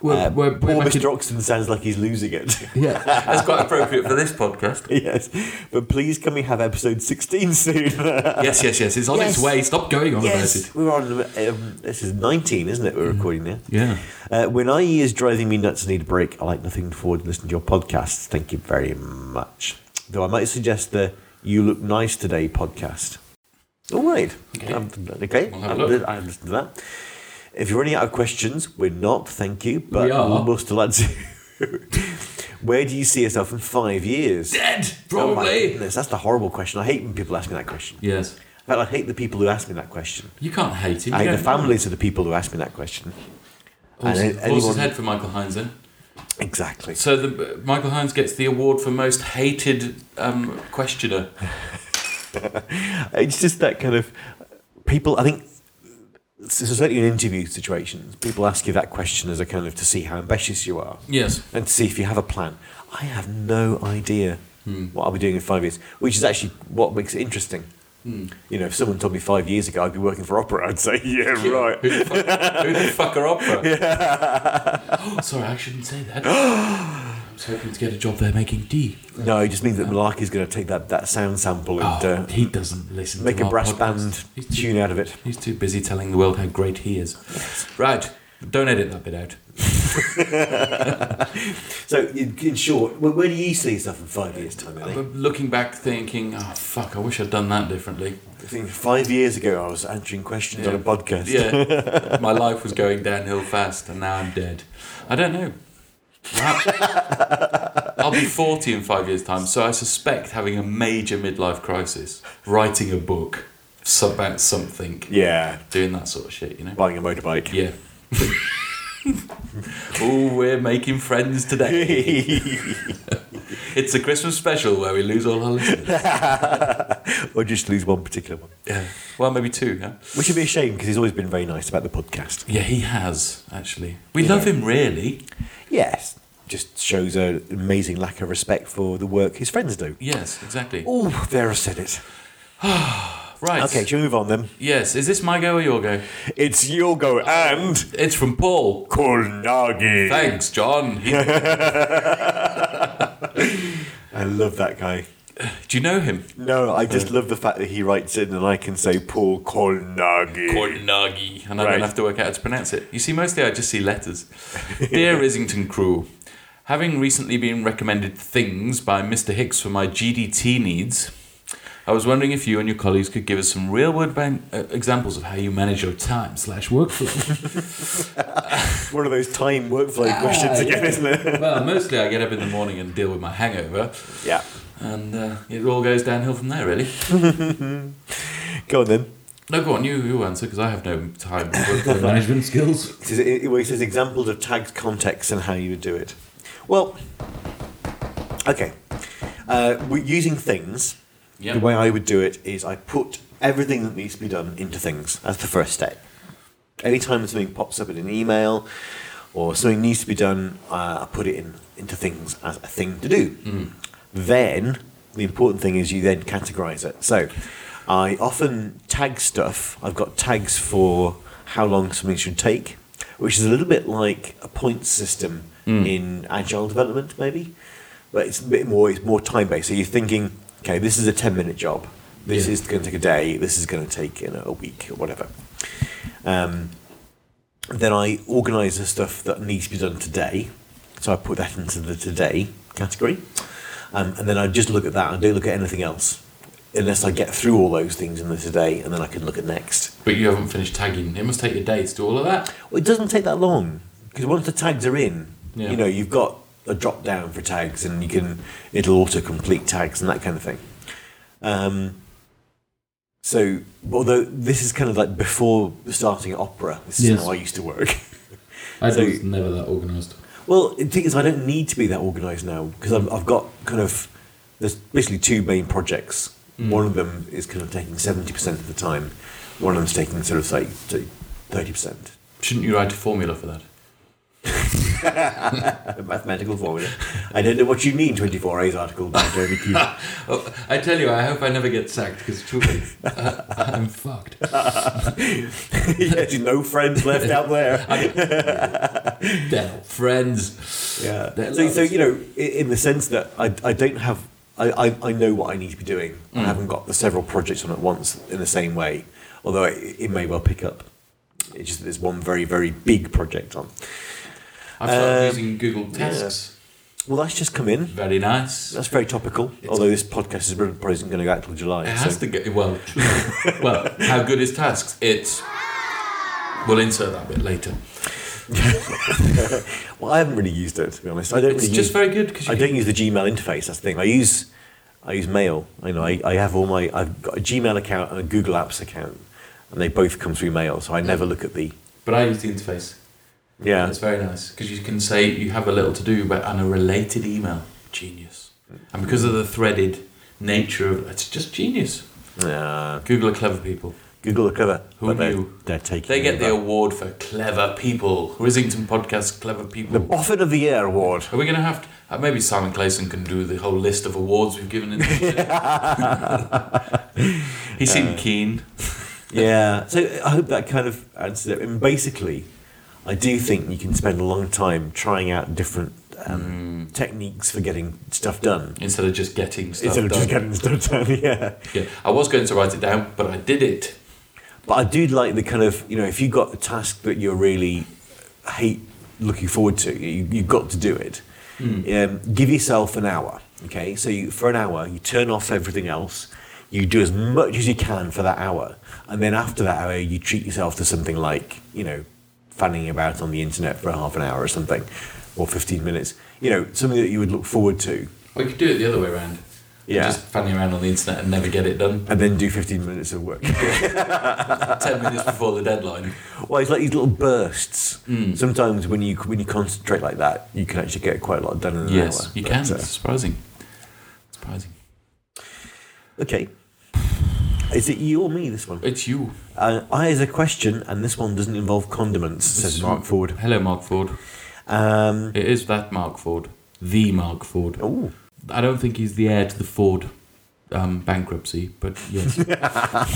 Well,
Uh, poor Mr. Oxton sounds like he's losing it.
Yeah.
That's quite appropriate for this podcast.
yes, but please can we have episode sixteen soon?
Yes, yes, yes. It's on
Yes.
its way. Stop going on about
Yes,
it. Mm.
we're on. Um, this is nineteen, isn't it? We're recording now.
Yeah.
Uh, when IE is driving me nuts and need a break, I like nothing forward to listen to your podcasts. Thank you very much. Though I might suggest the "You Look Nice Today" podcast. All right.
Okay.
Um, okay.
We'll have a
Um,
look.
I listened to that. If you're running out of questions, we're not, thank you, but
We are.
will still answer. Where do you see yourself in five years?
Dead,
Oh my
probably.
goodness, that's the horrible question. I hate when people ask me that question.
yes.
In fact, I hate the people who ask me that question.
You can't hate him. you
I hate the
don't-
families of the people who ask me that question.
Horse,
and anyone-
horse's head for Michael Hines then.
Exactly.
So the, Michael Hines gets the award for most hated um, questioner.
It's just that kind of people. I think so certainly in interview situations, people ask you that question as a kind of to see how ambitious you are
Yes.
and to see if you have a plan. I have no idea
Hmm.
what I'll be doing in five years, which is actually what makes it interesting.
Hmm.
You know, if someone told me five years ago I'd be working for opera, I'd say, yeah, right.
Who the fuck, who the fuck are opera? Oh, sorry, I shouldn't say that. I was hoping to get a job there making D.
No, it just means that Malarkey's going to take that, that sound sample and
Oh,
uh,
he doesn't listen.
make
to
a
our
brass
podcast.
band
He's too,
tune out of it.
He's too busy telling the world how great he is. Right, don't edit that bit out.
So, in, in short, where, where do you see yourself in five years' time, Ellie?
But looking back, thinking, oh fuck, I wish I'd done that differently.
I think five years ago, I was answering questions on a podcast.
Yeah, my life was going downhill fast, and now I'm dead. I don't know. I'll- I'll be 40 in five years' time, so I suspect having a major midlife crisis, writing a book so- about something,
Yeah,
doing that sort of shit, you know?
buying a motorbike.
Yeah. oh, we're making friends today. It's a Christmas special where we lose all our listeners.
or just lose one particular one.
Yeah. Well, maybe two, huh?
Which would be a shame because he's always been very nice about the podcast.
Yeah, he has, actually. We love him, really.
Yes. Just shows an amazing lack of respect for the work his friends do.
Yes, exactly.
Oh, there I said it.
Right.
Okay, shall we move on then?
Yes, is this my go or your go?
It's your go and
It's from Paul.
Kulnagi.
Thanks, John. He- do
I love that guy.
you know him?
No, I just love the fact that he writes in and I can say Paul Kulnagi.
Koinagi. And I
Right.
don't have to work out how to pronounce it. You see, mostly I just see letters. Dear Islington Crew, having recently been recommended things by Mr. Hicks for my GDT needs, I was wondering if you and your colleagues could give us some real world ban- uh, examples of how you manage your time slash workflow.
One of those time workflow questions again, isn't it?
well, mostly I get up in the morning and deal with my hangover,
Yeah.
and uh, it all goes downhill from there, really.
Go on then.
No, go on, you, you answer, because I have no time.
Management skills.
It says, it, well, it says examples of tagged context and how you would do it. Well, okay. Uh, we're using things,
Yeah.
the way I would do it is I put everything that needs to be done into things as the first step. Anytime something pops up in an email or something needs to be done, uh, I put it in into things as a thing to do. Then the important thing is you then categorize it. So I often tag stuff. I've got tags for how long something should take, which is a little bit like a point system in agile development, maybe. But it's a bit more it's more time based. So you're thinking, okay, this is a ten minute job. This
Yeah.
is going to take a day. This is going to take you know, a week or whatever. Um, then I organise the stuff that needs to be done today. So I put that into the today category. Um, and then I just look at that. I don't look at anything else unless I get through all those things in the today and then I can look at next.
But you haven't finished tagging. It must take you days to do all of that.
Well, it doesn't take that long because once the tags are in,
Yeah.
you know, you've got a drop down for tags and you can, it'll auto complete tags and that kind of thing. Um, so, although this is kind of like before starting at opera, this is
Yes.
how I used to work.
I
So-
was never that organised.
Well, the thing is, I don't need to be that organised now because I've, I've got kind of there's basically two main projects. One of them is kind of taking seventy percent of the time. One of them's taking sort of say thirty percent.
Shouldn't you write a formula for that?
A mathematical formula. I don't know what you mean. Twenty four A's article uh, by Jeremy Q.
Oh, I tell you, I hope I never get sacked because truly, uh, I'm fucked.
Yes, no friends left out there.
They're friends.
Yeah.
They're
So, so
lovers.
you know, i- in the sense that I, I don't have, I, I, I know what I need to be doing.
Mm.
I haven't got the several projects on at once in the same way, although it, it may well pick up. It's just that there's one very, very big project on.
I've started
Um,
using Google Tasks.
Well, that's just come in.
Very nice.
That's very topical, although this podcast is probably isn't going to go out till July.
it has
so-
to go well. well, how good is Tasks? It's We'll insert that bit later.
Well, I haven't really used it to be honest. I don't.
It's
really
just
use-
very good 'cause you
I
can-
don't use the Gmail interface. That's the thing. I use I use Mail. You know, I, I have all my I've got a Gmail account and a Google Apps account, and they both come through Mail. So I never look at the
But I use the interface.
yeah.
That's very nice because you can say you have a little to do but on a related email. Genius. And because of the threaded nature of it's just genius.
Uh,
Google are clever people.
Google are clever.
Who
but they're-
knew?
They're taking.
They get the
over.
award for clever people. Risington Podcast Clever
the
People.
Boffin of the Year award.
Are we going to have to, uh, maybe Simon Clayson can do the whole list of awards we've given him. he seemed
Uh,
keen.
Yeah. So I hope that kind of answers it. And basically, I do think you can spend a long time trying out different um,
Hmm.
techniques for getting stuff done.
Instead of just getting stuff
Instead of just
done.
getting stuff done, yeah.
yeah. I was going to write it down, but I did it.
But I do like the kind of, you know, if you've got a task that you really hate looking forward to, you, you've got to do it. Um, give yourself an hour, okay? So you, for an hour, you turn off everything else, you do as much as you can for that hour. And then after that hour, you treat yourself to something like, you know, fanning about on the internet for half an hour or something, or 15 minutes, you know, something that you would look forward to.
Or you could do it the other way around.
Yeah.
Just fanning around on the internet and never get it done.
And then do 15 minutes of work.
10 minutes before the deadline.
Well, it's like these little bursts.
Hmm.
Sometimes when you when you concentrate like that, you can actually get quite a lot done in an hour.
Yes, you
But,
can.
uh,
It's surprising. Surprising.
uh, okay. Is it you or me this one?
It's you.
Uh, I is a question, and this one doesn't involve condiments. Says Mark Ford.
Hello, Mark Ford.
Um,
It is that Mark Ford. The Mark Ford.
oh,
I don't think he's the heir to the Ford um, bankruptcy, but yes.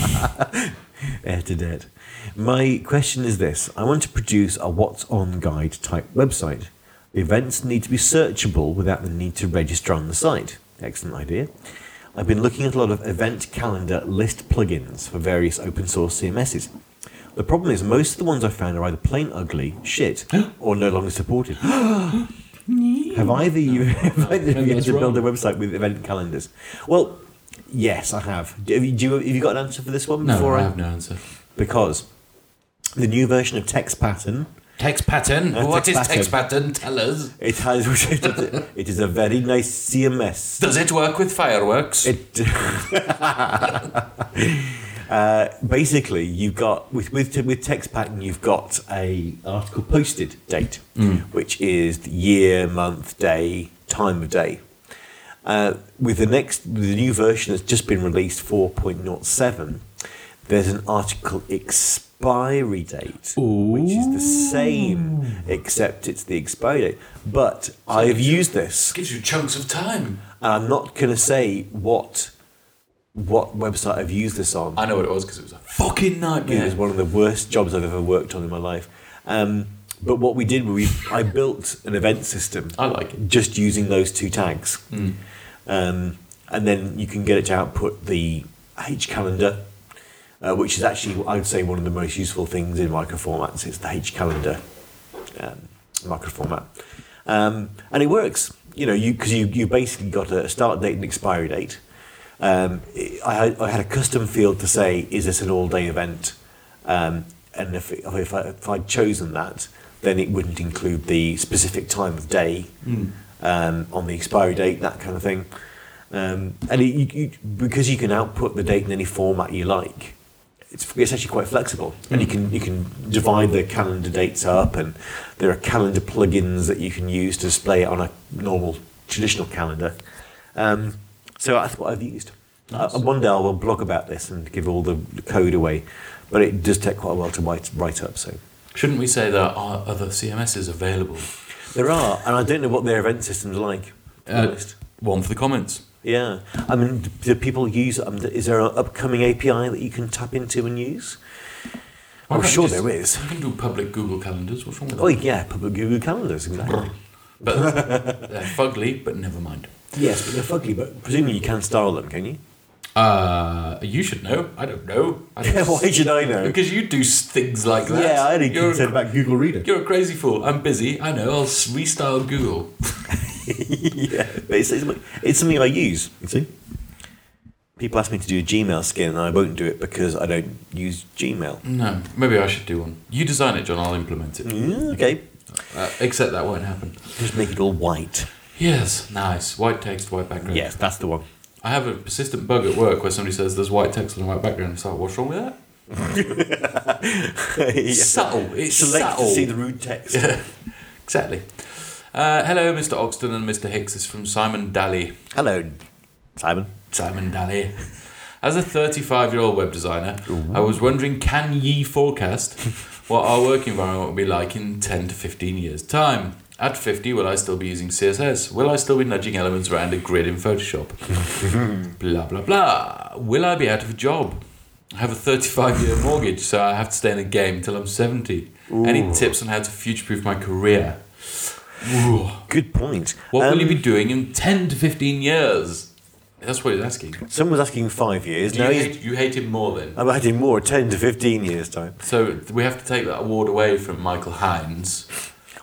air to dead. My question is this: I want to produce a what's on guide type website. The events need to be searchable without the need to register on the site. Excellent idea. I've been looking at a lot of event calendar list plugins for various open source CMSs. The problem is most of the ones I've found are either plain ugly, shit, or no longer supported. have either you, have either of you had
that's
to build a
wrong.
website with event calendars? Well, yes, I have. Do you, do you, have you got an answer for this one?
no,
before
I have no answer.
because the new version of text pattern
Text pattern.
Uh,
what
text
is
pattern.
text pattern? Tell us.
it has it is a very nice CMS.
Does it work with fireworks?
It uh, basically you've got with with with text pattern you've got a article posted date, which is the year, month, day, time of day. Uh, with the next with the new version that's just been released four point zero seven. There's an article expiry date, which is the same, except it's the expiry date. But I've used this
gives you chunks of time.
and I'm not going to say what what website I've used this on.
I know what it was because it was a fucking
It
nightmare.
was one of the worst jobs I've ever worked on in my life. Um, but what we did, we I built an event system
I like it.
just using those two tags, um, and then you can get it to output the H calendar, uh, which is actually I'd say one of the most useful things in microformats. It's the H calendar um, microformat, um, and it works. You know, you because you you basically got a start date and expiry date. Um, it- I, had, I had a custom field to say, is this an all day event? Um, and if, it- if, I, if I'd chosen that, then it wouldn't include the specific time of day um, on the expiry date, that kind of thing. Um, and it, you, you, because you can output the date in any format you like, it's, it's actually quite flexible, and you can you can divide the calendar dates up, and there are calendar plugins that you can use to display it on a normal traditional calendar. Um, so that's what I've used. Uh, one day I will blog about this and give all the code away, but it does take quite a while to write, write up. So
Shouldn't we say there are other CMSs available?
there are, and I don't know what their event systems are like. to be
Uh,
honest.
one for the comments.
Yeah, I mean, d- do people use? Um, th- is there an upcoming API that you can tap into and use?
Why
I'm
can't
sure
you just-
there is.
You can do public Google calendars. What's wrong with
Oh
that?
yeah, public Google calendars exactly.
But they're fugly, but never mind.
Yes, but they're fugly, but presumably you can style them, can you?
Uh, you should know. I don't know. I don't
Why should I know?
Because you do s- things like that.
Yeah, I didn't
you're,
consider
About Google Reader.
You're a crazy fool. I'm busy. I know. I'll s- restyle Google.
yeah, but it's, it's, it's something I use.
See?
People ask me to do a Gmail skin, and I won't do it because I don't use Gmail.
No, maybe I should do one. You design it, John. I'll implement it.
Mm, okay,
Uh, except that won't happen.
just make it all white.
Yes, nice. White text, white background.
Yes, that's the one.
I have a persistent bug at work where somebody says there's white text on a white background. It's like, what's wrong with that? Subtle. It's
Select
subtle.
to see the rude text.
Exactly. Uh, hello, Mr. Oxton and Mr. Hicks. It's from Simon Daly.
Hello, Simon.
Simon Daly. As a 35 year old web designer, I was wondering can ye forecast what our work environment will be like in 10 to 15 years' time? At 50, will I still be using CSS? Will I still be nudging elements around a grid in Photoshop? blah, blah, blah. Will I be out of a job? I have a 35 year mortgage, so I have to stay in the game till I'm 70. Any tips on how to future proof my career? Ooh.
Good point.
What
Um,
will you be doing in 10 to 15 years? That's what he's asking.
Um, Someone was asking five years.
You,
No, he's
hate, you hate him more then.
I'm adding more, 10 to 15 years' time.
So we have to take that award away from Michael Hines.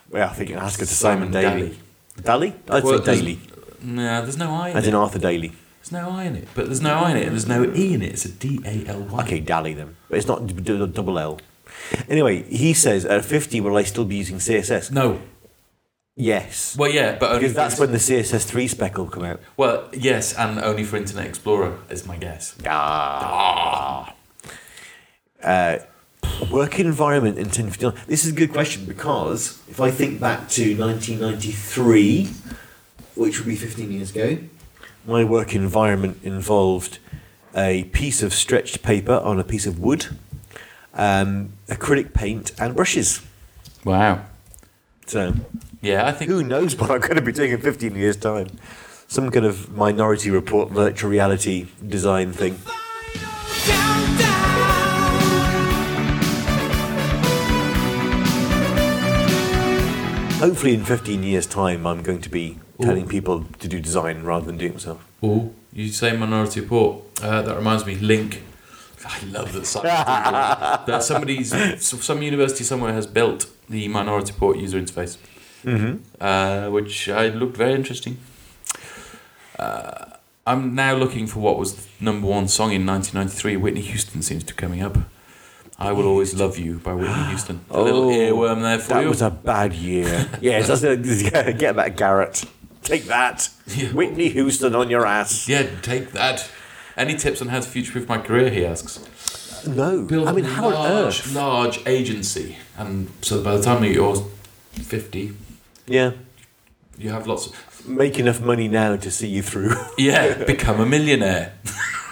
Well, I think ask it to
Simon
Simon, Daly. Daly? I'd
Well,
say
there's-
Daly.
No, there's no I in
As
it.
in Arthur Daly.
There's no I in it. But there's no I in it and there's no E in it. It's a D A L Y.
Okay, Daly then. But it's not d- d- double L. Anyway, he says, at 50, will I still be using CSS?
No.
Yes.
Well, yeah, but only.
Because
for
that's
int-
when the CSS3 spec will come out.
Well, yes, and only for Internet Explorer, is my guess.
Ah. Uh, work environment in 10, 15. This is a good question because if I think back to 1993,
Which would be 15 years ago.
my work environment involved a piece of stretched paper on a piece of wood, um, acrylic paint, and brushes.
Wow.
So
Yeah, I think.
um, who knows what I'm going to be doing in 15 years' time? Some kind of minority report, virtual reality design thing. Hopefully, in 15 years' time, I'm going to be telling people to do design rather than do it myself.
Oh, you say Minority Report. Uh, that reminds me, Link. I love that. Simon Link. that somebody's some university somewhere has built the Minority Report user interface, mm-hmm. uh, which I looked very interesting. Uh, I'm now looking for what was the number one song in 1993. Whitney Houston seems to be coming up. I will always love you by Whitney Houston. A little earworm there for
Oh, That
you.
was a bad year. yes, that's a, get that, Garrett. Take that.
Yeah.
Whitney Houston on your ass.
yeah, take that. Any tips on how to future-proof my career? He asks.
No.
build
I mean,
a
how on
large,
earth?
large agency, and so by the time that you're fifty,
Yeah.
you have lots. Of,
Make enough money now to see you through.
yeah, become a millionaire.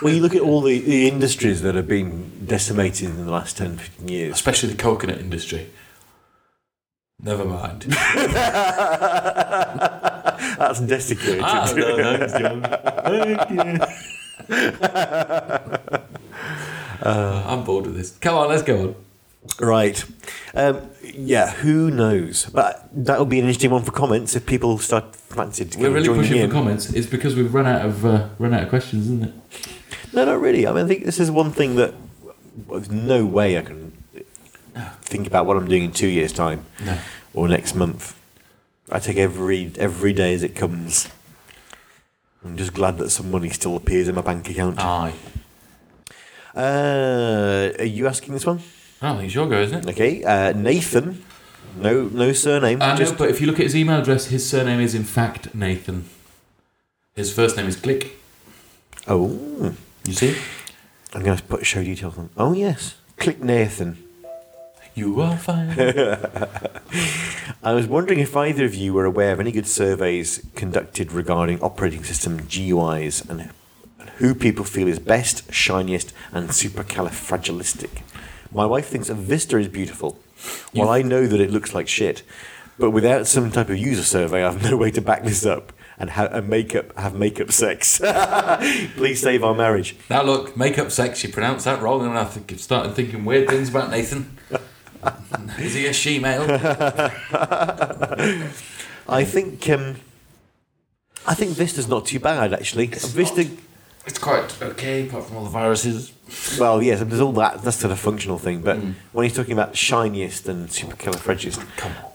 well, you look at all the, the industries that have been decimated in the last 10, 15 years.
Especially the coconut industry. Never mind.
That's desiccated.
Ah, no, thanks, John. Thank you. Uh, I'm bored with this. Come on, let's go on.
Right. Um, yeah, who knows? But that'll be an interesting one for comments if people start fancying to
We're really
join
pushing
in.
for comments. It's because we've run out of uh, run out of questions, isn't it?
No, not really. I mean, I think this is one thing that there's no way I can think about what I'm doing in two years' time
No.
or next month. I take every every day as it comes. I'm just glad that some money still appears in my bank account.
Aye.
Uh, are you asking this one?
I don't think Oh, it's your go, isn't it?
Okay, uh, Nathan. No, no surname.
I
just
know, Uh, but if you look at his email address, his surname is in fact Nathan. His first name is Click.
oh,
You see?
I'm going to put show details on. Oh yes, click Nathan.
You are fine.
I was wondering if either of you were aware of any good surveys conducted regarding operating system GUIs and and who people feel is best, shiniest, and supercalifragilistic. My wife thinks that Vista is beautiful. Well, I know that it looks like shit, but without some type of user survey, I have no way to back this up and, ha- and make up, have makeup sex. Please save our marriage.
now look, makeup sex, you pronounce that wrong, and I think you've started thinking weird things about Nathan. is he a she male?
I think um, I think Vista's not too bad actually. Vista
It's quite okay, apart from all the viruses.
Well, yes, there's all that. That's sort of functional thing. But when he's talking about shiniest and supercalifragilistic,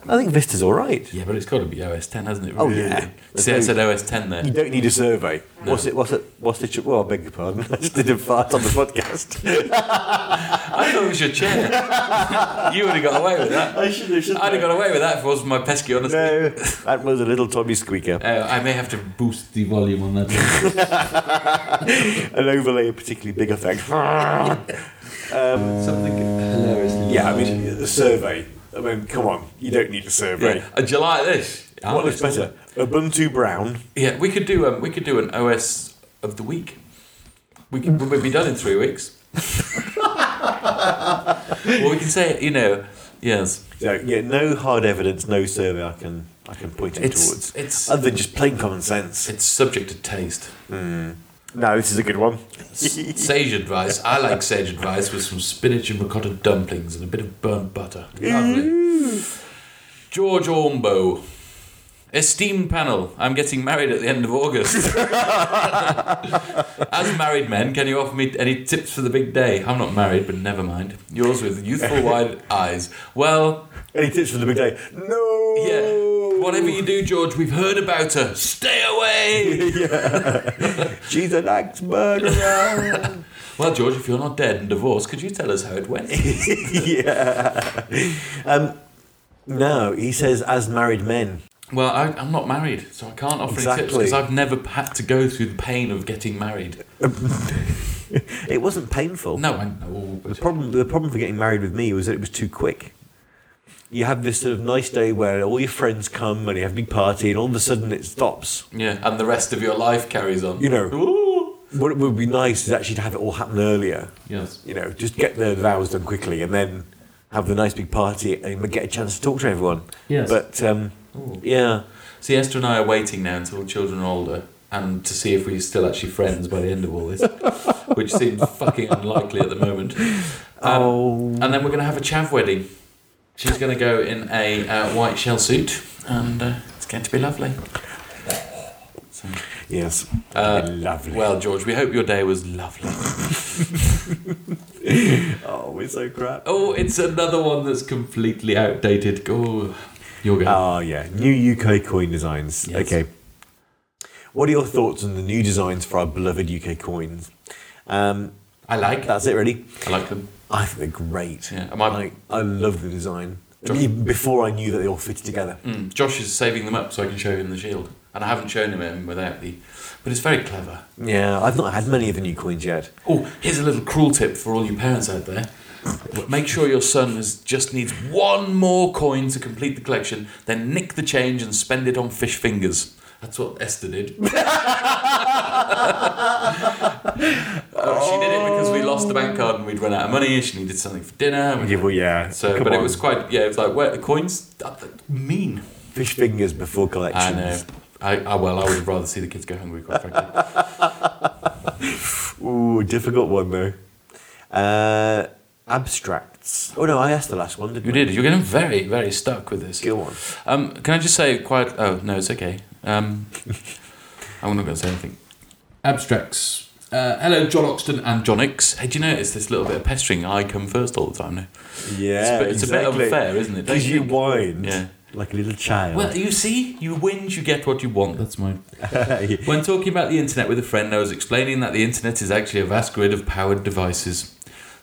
I think Vista's all right.
Yeah, but it's got to be OS 10, hasn't it?
Oh,
really?
yeah.
See, I said OS 10 there.
You don't need a survey. What's it? What's it? What's the? Well, I beg your pardon. I just did a fart on the podcast.
I thought it was your chair. you would have got away with that.
I should have.
I'd have got away with that if it wasn't my pesky honesty.
No, that was a little Tommy squeaker.
Uh, I may have to boost the volume on that.
An overlay of particularly big effect. Um,
Something hilariously.
yeah, I mean a survey. I mean, come on, you don't need a survey.
Yeah. Uh, do you like this?
What looks better, Ubuntu Brown?
Yeah, we could do um, we could do an OS of the week. We could we'll be done in three weeks. well, we can say you know, yes,
So, yeah, no hard evidence, no survey I can I can point it
It's-
towards.
it's-
other than just plain common sense.
it's subject to taste.
no, this is a good one.
Sage advice. I like sage advice with some spinach and ricotta dumplings and a bit of burnt butter. Lovely. George Ormbo. Esteemed panel, I'm getting married at the end of August. As married men, can you offer me any tips for the big day? I'm not married, but never mind. Yours with youthful wide eyes. Well,
Any tips for the big day? No.
yeah. Whatever you do, George, we've heard about her. Stay away!
She's an axe murderer.
well, George, if you're not dead and divorced, could you tell us how it went?
yeah. Um, no, he says as married men.
Well, I, I'm not married, so I can't offer any tips
Exactly.
because I've never had to go through the pain of getting married.
It wasn't painful.
No, I know.
The
But
problem, the problem for getting married with me was that it was too quick. You have this sort of nice day where all your friends come and you have a big party, and all of a sudden it stops.
yeah, and the rest of your life carries on.
You know.
Ooh.
What would be nice is actually to have it all happen earlier.
Yes.
You know, just get the vows done quickly and then have the nice big party and get a chance to talk to everyone.
Yes.
But um,
Ooh.
yeah,
See, Esther and I are waiting now until the children are older and to see if we're still actually friends by the end of all this, which seems fucking unlikely at the moment. Um,
Oh.
And then we're going to have a chav wedding. She's going to go in a uh, white shell suit, and uh, it's going to be lovely.
yes, Oh, lovely.
Uh, Well, George, we hope your day was lovely.
oh, it's so crap.
Oh, it's another one that's completely outdated. Oh, you're going.
Oh yeah, new UK coin designs.
Yes.
Okay. What are your thoughts on the new designs for our beloved UK coins? Um,
I like.
that's it, really.
I like them.
I think they're great.
Yeah, am I-
Like, I love the design. Even before I knew that they all fitted together.
Mm, Josh is saving them up so I can show him the shield, and I haven't shown him him without the. But it's very clever.
Yeah, I've not had many of the new coins yet.
Oh, here's a little cruel tip for all you parents out there. Make sure your son has just needs one more coin to complete the collection, then nick the change and spend it on fish fingers. That's what Esther did. Oh, she did it because we lost the bank card and we'd run out of money. She needed something for dinner.
Yeah, well, yeah.
So,
Come
but it
on.
was quite yeah. It's like where the coins that, that mean.
fish fingers before
I know.
collections.
I, I well, I would have rather see the kids go hungry. Quite frankly,
Ooh, difficult one though. Uh, abstracts. Oh no, I asked the last one. Didn't
you
I?
did. You're getting very very stuck with this.
Go on.
Um, can I just say quite? Oh no, it's okay. Um, I'm not going to say anything. Abstracts. Uh, hello, John Oxton and John X. Hey, do you notice this little bit of pestering? I come first all the time now. It's
Yeah,
a bit- it's a bit
exactly.
unfair, isn't it? Don't
Because
you
you
think?
whined
Yeah.
like a little child.
Well, you see, you whinge, you get what you want. That's my. when talking about the internet with a friend, I was explaining that the internet is actually a vast grid of powered devices.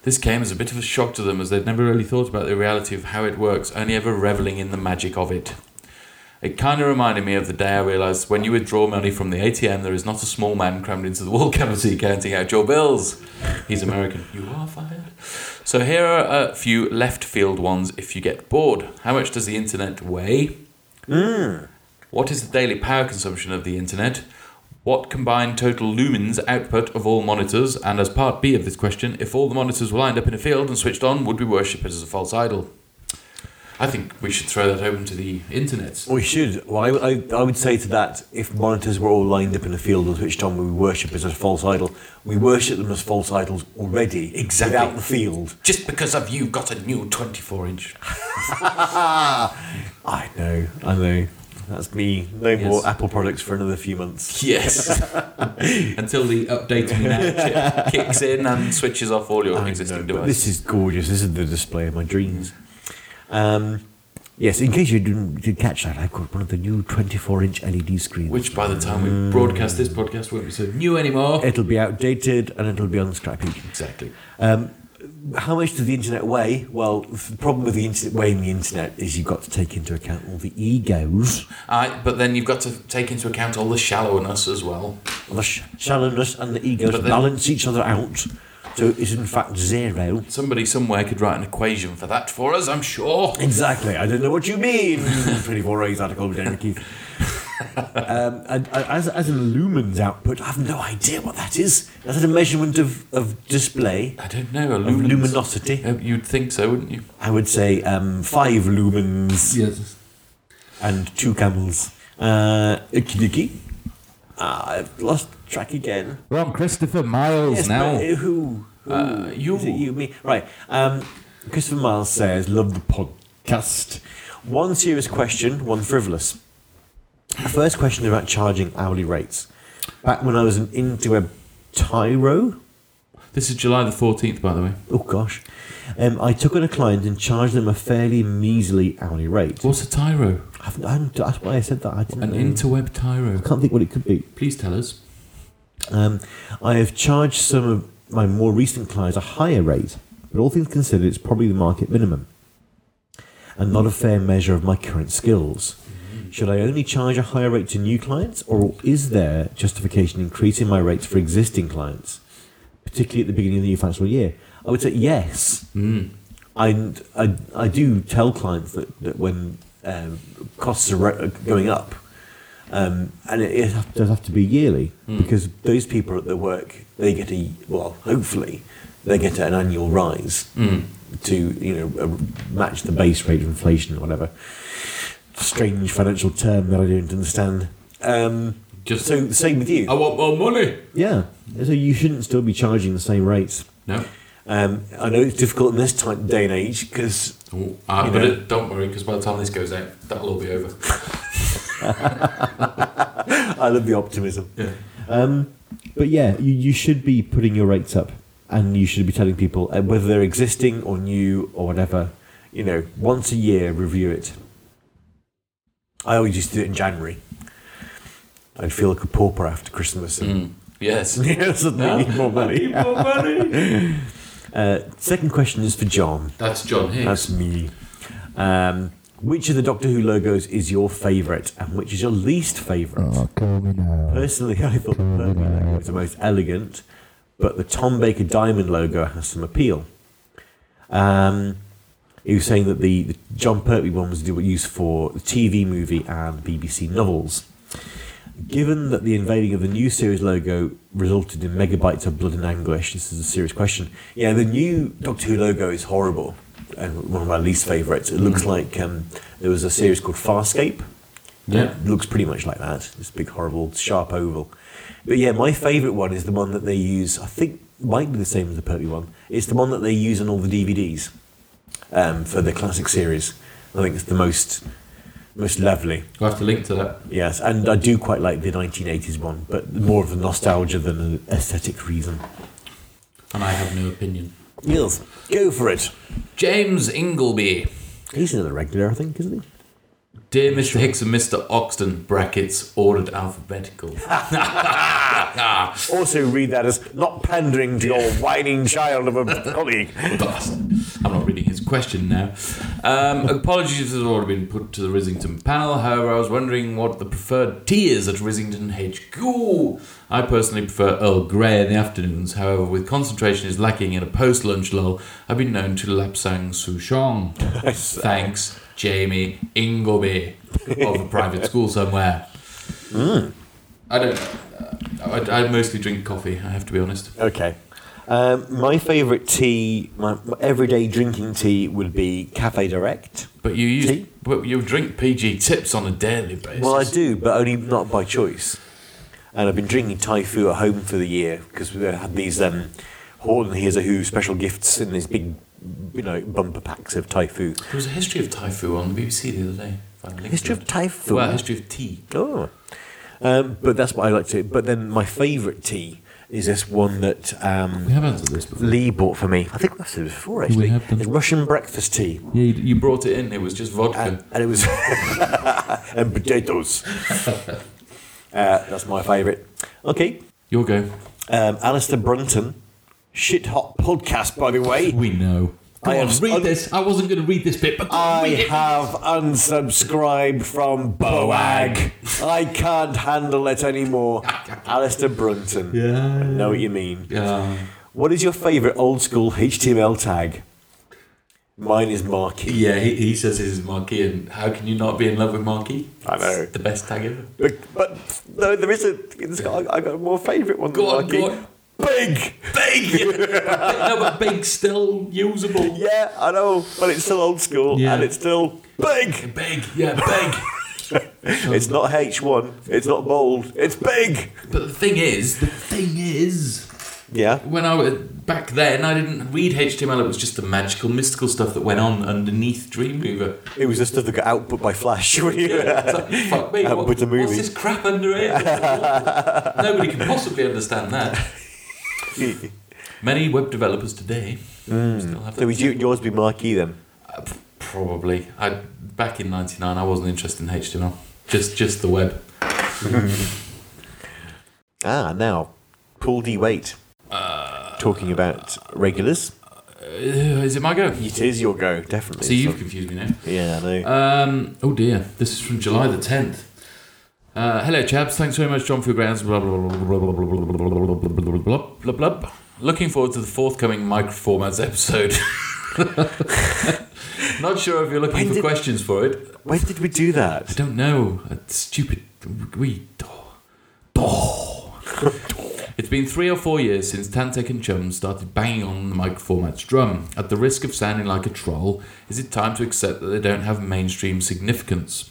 This came as a bit of a shock to them, as they'd never really thought about the reality of how it works, only ever reveling in the magic of it. It kind of reminded me of the day I realised when you withdraw money from the ATM, there is not a small man crammed into the wall cavity counting out your bills. He's American. you are fired. So here are a few left field ones if you get bored. How much does the internet weigh? What is the daily power consumption of the internet? What combined total lumens output of all monitors? And as part B of this question, if all the monitors were lined up in a field and switched on, would we worship it as a false idol? I think we should throw that open to the internet.
we should. Well, I, I, I would say to that, if monitors were all lined up in a field and switched on, we worship as a false idol. We worship them as false idols already.
Exactly.
Without the field.
Just because of you got a new 24 inch.
I know. I know. That's me. No
Yes.
more Apple products for another few months.
Yes. Until the update me now chip kicks in and switches off all your
I know,
existing
but
devices.
this
This is gorgeous. This is the display of my dreams. Um, yes, in case you didn't, didn't catch that, I've got one of the new 24 inch
E
LED screens.
Which by the time we broadcast this podcast won't be so new anymore.
It'll be outdated and it'll be on Scrappy.
Exactly.
Um, How much does the internet weigh? Well, the problem with the internet weighing the internet is you've got to take into account all the egos,
Aye, Uh, but then you've got to take into account all the shallowness as well.
the sh- shallowness, and the egos
But then-
balance each other out. So it's in fact zero.
Somebody somewhere could write an equation for that for us, I'm sure.
Exactly. I don't know what you mean. 24 hours article with Daniel Keith. um, and, uh, as, as an lumens output, I have no idea what that is. Is that a measurement of, of display?
I don't know. A
Of
lumen.
luminosity?
Uh, You'd think so, wouldn't you?
I would say um, five lumens
Yes.
and two camels. Uh, okie dokie. Ah, I've lost track again.
We're on Christopher Miles
Yes,
now.
but, uh, who? who?
Uh, you.
Is it you, me? Right. Um, Christopher Miles says, Love the podcast. One serious question, one frivolous. The first question is about charging hourly rates. Back when I was an into a Tyro,
This is July the 14th, by the way.
oh gosh, um, I took on a client and charged them a fairly measly hourly rate.
What's a tyro?
I've, I'm, that's why I said that. I didn't
An
know.
interweb tyro.
I can't think what it could be.
Please tell us.
Um, I have charged some of my more recent clients a higher rate, but all things considered, it's probably the market minimum and not a fair measure of my current skills. Should I only charge a higher rate to new clients, or is there justification in increasing my rates for existing clients, particularly at the beginning of the new financial year? I would say yes. I, I, I do tell clients that, that when um, costs are re- going up, um, and it, it have- does have to be yearly because those people at their work they get a well, hopefully they get an annual rise to you know uh, match the base rate of inflation or whatever. Strange financial term that I don't understand. Um,
Just
so the same with you,
I want more money.
yeah. So you shouldn't still be charging the same rates.
No.
Um, I know it's difficult in this time day and age because
Oh, ah,
You
but
know.
it, don't worry, because by the time this goes out, that'll all be over.
I love the optimism.
Yeah.
Um, But yeah, you, you should be putting your rates up and you should be telling people, uh, whether they're existing or new or whatever, you know, once a year, review it. I always used to do it in January. I'd feel like a pauper after Christmas and
Hmm. Yes.
suddenly need more money.
Mm. more money.
Uh, second question is for John.
That's John Hicks.
That's me. Um, which of the Doctor Who logos is your favourite and which is your least favourite?
Oh, call me now.
Personally, I thought the Furby logo was the most elegant, but the Tom Baker Diamond logo has some appeal. Um, he was saying that the, the John Pertwee one was used for the TV movie and BBC novels. Given that the invading of the new series logo resulted in megabytes of blood and anguish, this is a serious question. Yeah, the new Doctor Who logo is horrible. Uh, one of my least favourites. It looks like um, there was a series called Farscape.
Yeah.
It looks pretty much like that. This big, horrible, sharp oval. But yeah, my favourite one is the one that they use. I think might be the same as the Pertwee one. It's the one that they use on all the DVDs um, for the classic series. I think it's the most most lovely.
We'll have to link to that.
Yes, and I do quite like the 1980s one, but more of a nostalgia than an aesthetic reason.
And I have no opinion.
Yes, go for it.
James Ingleby.
He's another regular, I think, isn't he?
Dear Mr. Hicks and Mr. Oxton, brackets, ordered alphabetical.
Also, read that as not pandering to your whining child of a colleague.
Bastard. I'm not reading his question now. Um, apologies if this has already been put to the Risington panel. However, I was wondering what the preferred tea is at Risington HQ. I personally prefer Earl Grey in the afternoons. However, with concentration is lacking in a post-lunch lull, I've been known to lapsang souchong. Thanks, Jamie Ingleby of a private school somewhere. I don't. uh, I, I mostly drink coffee. I have to be honest.
Okay. Um, my favourite tea, my, my everyday drinking tea, would be Cafe Direct.
But you use,
Tea?
but you drink PG tips on a daily basis.
Well, I do, but only not by choice. And I've been drinking Thai food at home for the year because we had these um, Horton Here's a Who special gifts in these big, you know, bumper packs of Thai food.
There was a history of Taifu on the BBC the other day. If I Unliquid.
History of Typhoon.
Well, history of tea.
Oh. Um, but that's what I like to. But then my favourite tea is this one that
We
um,
have answered this before.
Lee bought for me. I think I've said it before actually.
have done.
It's Russian breakfast tea,
Yeah, you, you brought it in. It was just
and,
vodka.
and it was and potatoes. uh, that's my favourite. Okay,
Your go.
um, Alistair Brunton, shit hot podcast by the way.
We know. Go
I
on,
have-
read
I-
this. I wasn't going to read this bit, but
I
read it.
have unsubscribed from Boag. I can't handle it anymore. Alistair Brunton. Yeah. I know what you mean.
Yeah.
What is your favourite old school HTML tag? Mine is Marquee.
Yeah, he, he says his is Marquee, and how can you not be in love with Marquee?
I know.
It's the best tag ever.
But, but no, there isn't. It's got, I got a more favourite one than
Go on,
Marquee.
go on.
Big!
Big! no, but big's still usable.
Yeah, I know. But it's still old school
Yeah.
and it's still big.
Big, yeah, big.
It's not H1. It's not bold. It's big.
but the thing is, the thing is,
Yeah.
when I was back then, I didn't read HTML. It was just the magical, mystical stuff that went on underneath Dreamweaver.
It was the stuff that got output by Flash.
It's like, fuck me,
Uh,
what-
with the
what's
movie.
this crap under here? Nobody can possibly understand that. Many web developers today still have that.
Mm. So would you, yours be Marquee then?
Uh, p- Probably. I back in '99, I wasn't interested in HTML. Just, just the web.
Ah, now, Paul D. Wait. Talking about regulars.
Uh, is it my go?
It is your go, Uh, definitely.
See, you've confused me now.
Yeah, I know.
Um, oh dear, this is from July the 10th. Uh, hello, chaps. Thanks very much, John, for your grounds. Blah, blah, blah, blah, blah, blah, blah, blah, blah, blah, blah, blah, blah, blah, blah. Looking forward to the forthcoming micro formats episode. Not sure if you're looking
When
for
did-
questions for it.
when did we do
I
that?
don't know. It's stupid. We. Oh. It's been three or four years since Tantek and Chum started banging on the microformats drum. At the risk of sounding like a troll, is it time to accept that they don't have mainstream significance?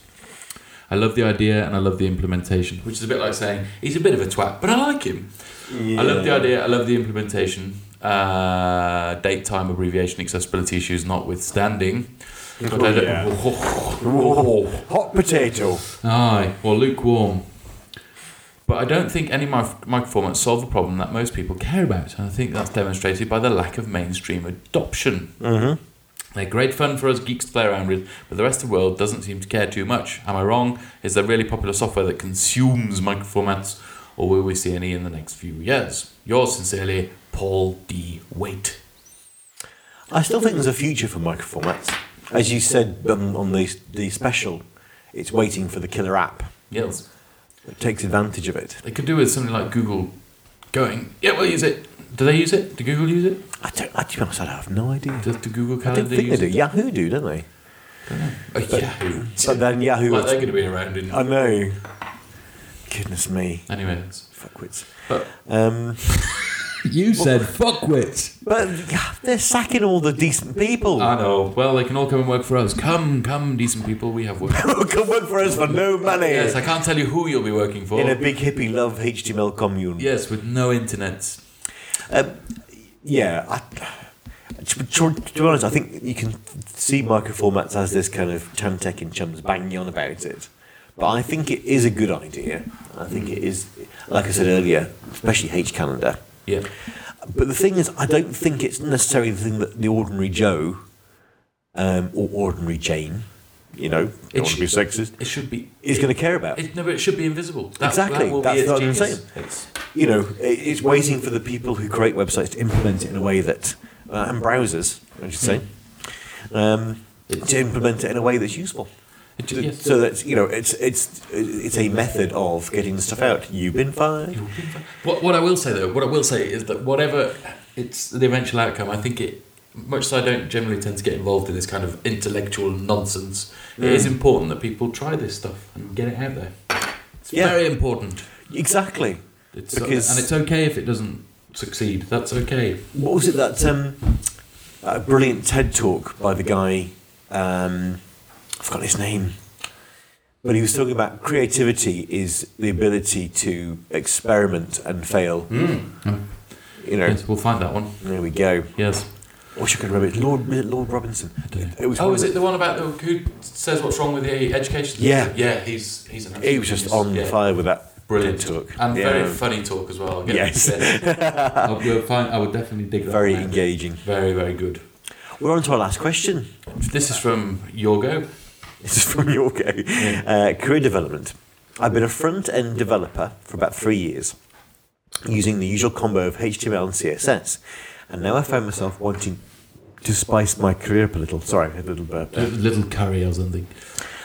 I love the idea and I love the implementation, which is a bit like saying he's a bit of a twat, but I like him. I love the idea. I love the implementation. Uh, date, time, abbreviation, accessibility issues notwithstanding. But I don't-
Hot potato.
Aye, well, lukewarm. But I don't think any mic- micro formats solve a problem that most people care about, and I think that's demonstrated by the lack of mainstream adoption. Mm-hmm. They're great fun for us geeks to play around with, but the rest of the world doesn't seem to care too much. Am I wrong? Is there really popular software that consumes micro formats, or will we see any in the next few years? Yours sincerely, Paul D. Wait.
I still think there's a future for microformats. As you said um, on the, the special, it's waiting for the killer app.
Yes.
It takes advantage of it.
They could do with something like Google going, yeah, we'll use it. Do they use it? Do Google use it?
I don't, I, to be honest, I have no idea.
Does the Google
I don't
Calendar
think they
use
do.
it?
Yahoo do, don't they?
Oh, Yahoo.
But then Yahoo.
Well, they're going to be around in.
I know. Goodness me.
anyway, that's-
Fuckwits.
but
Um,
You said fuckwits.
but yeah, they're sacking all the decent people.
I know. Well, they can all come and work for us. Come, come, decent people. We have work.
Come work for us for no money.
yes, I can't tell you who you'll be working for.
in a big hippie love HTML commune.
yes, with no internet.
Yeah, I, to, to- to be honest, I think you can see microformats as this kind of Chantech and chums banging on about it. But I think it is a good idea. I think it is, like I said earlier, especially H calendar.
Yeah.
But the thing is, I don't think it's necessarily the thing that the ordinary Joe um, or ordinary Jane, you know, don't want to be sexist,
It should be.
is going to care about.
It, no, but it should be invisible. That,
Exactly,
That will
that's
be its
what I'm
genius.
saying.
It's-
you know, i- it's waiting for the people who create websites to implement it in a way that, uh, and browsers, I should say, um, to implement it in a way that's useful.
It ju-
To-
yes.
So that's you know, it's it's it's a method of getting stuff out. You've been fired.
What, what I will say though, what I will say is that whatever it's the eventual outcome, I think it. Much as I don't generally tend to get involved in this kind of intellectual nonsense, it
Mm.
is important that people try this stuff and get it out there. It's
Yeah.
very important.
Exactly.
It's uh,
Because-
and it's okay if it doesn't succeed. That's okay.
What was it that um, a brilliant TED talk by the guy? Um, I forgot his name. But he was talking about creativity is the ability to experiment and fail. You know,
Hmm. Yes, we'll find that one.
there we go.
Yes.
I wish I could remember. It's Lord, was it Lord Robinson. It was
Oh,
one
is
of
it the one about the who says what's wrong with the education?
Yeah.
yeah, he's he's an.
the- He was just
absolute
on
genius. Yeah.
fire with that
Brilliant
talk.
and
yeah.
very funny talk as well. I'll get
Yes.
that said.
I
uh,
will find. I would definitely dig that.
very
one out.
engaging.
very very good.
We're on to our last question.
This is from Yorgo.
This is from your go. Uh, career development. I've been a front end developer for about three years, using the usual combo of HTML and CSS, and now I find myself wanting to spice my career up a little. Sorry, a little burp. there.
Little curry or something.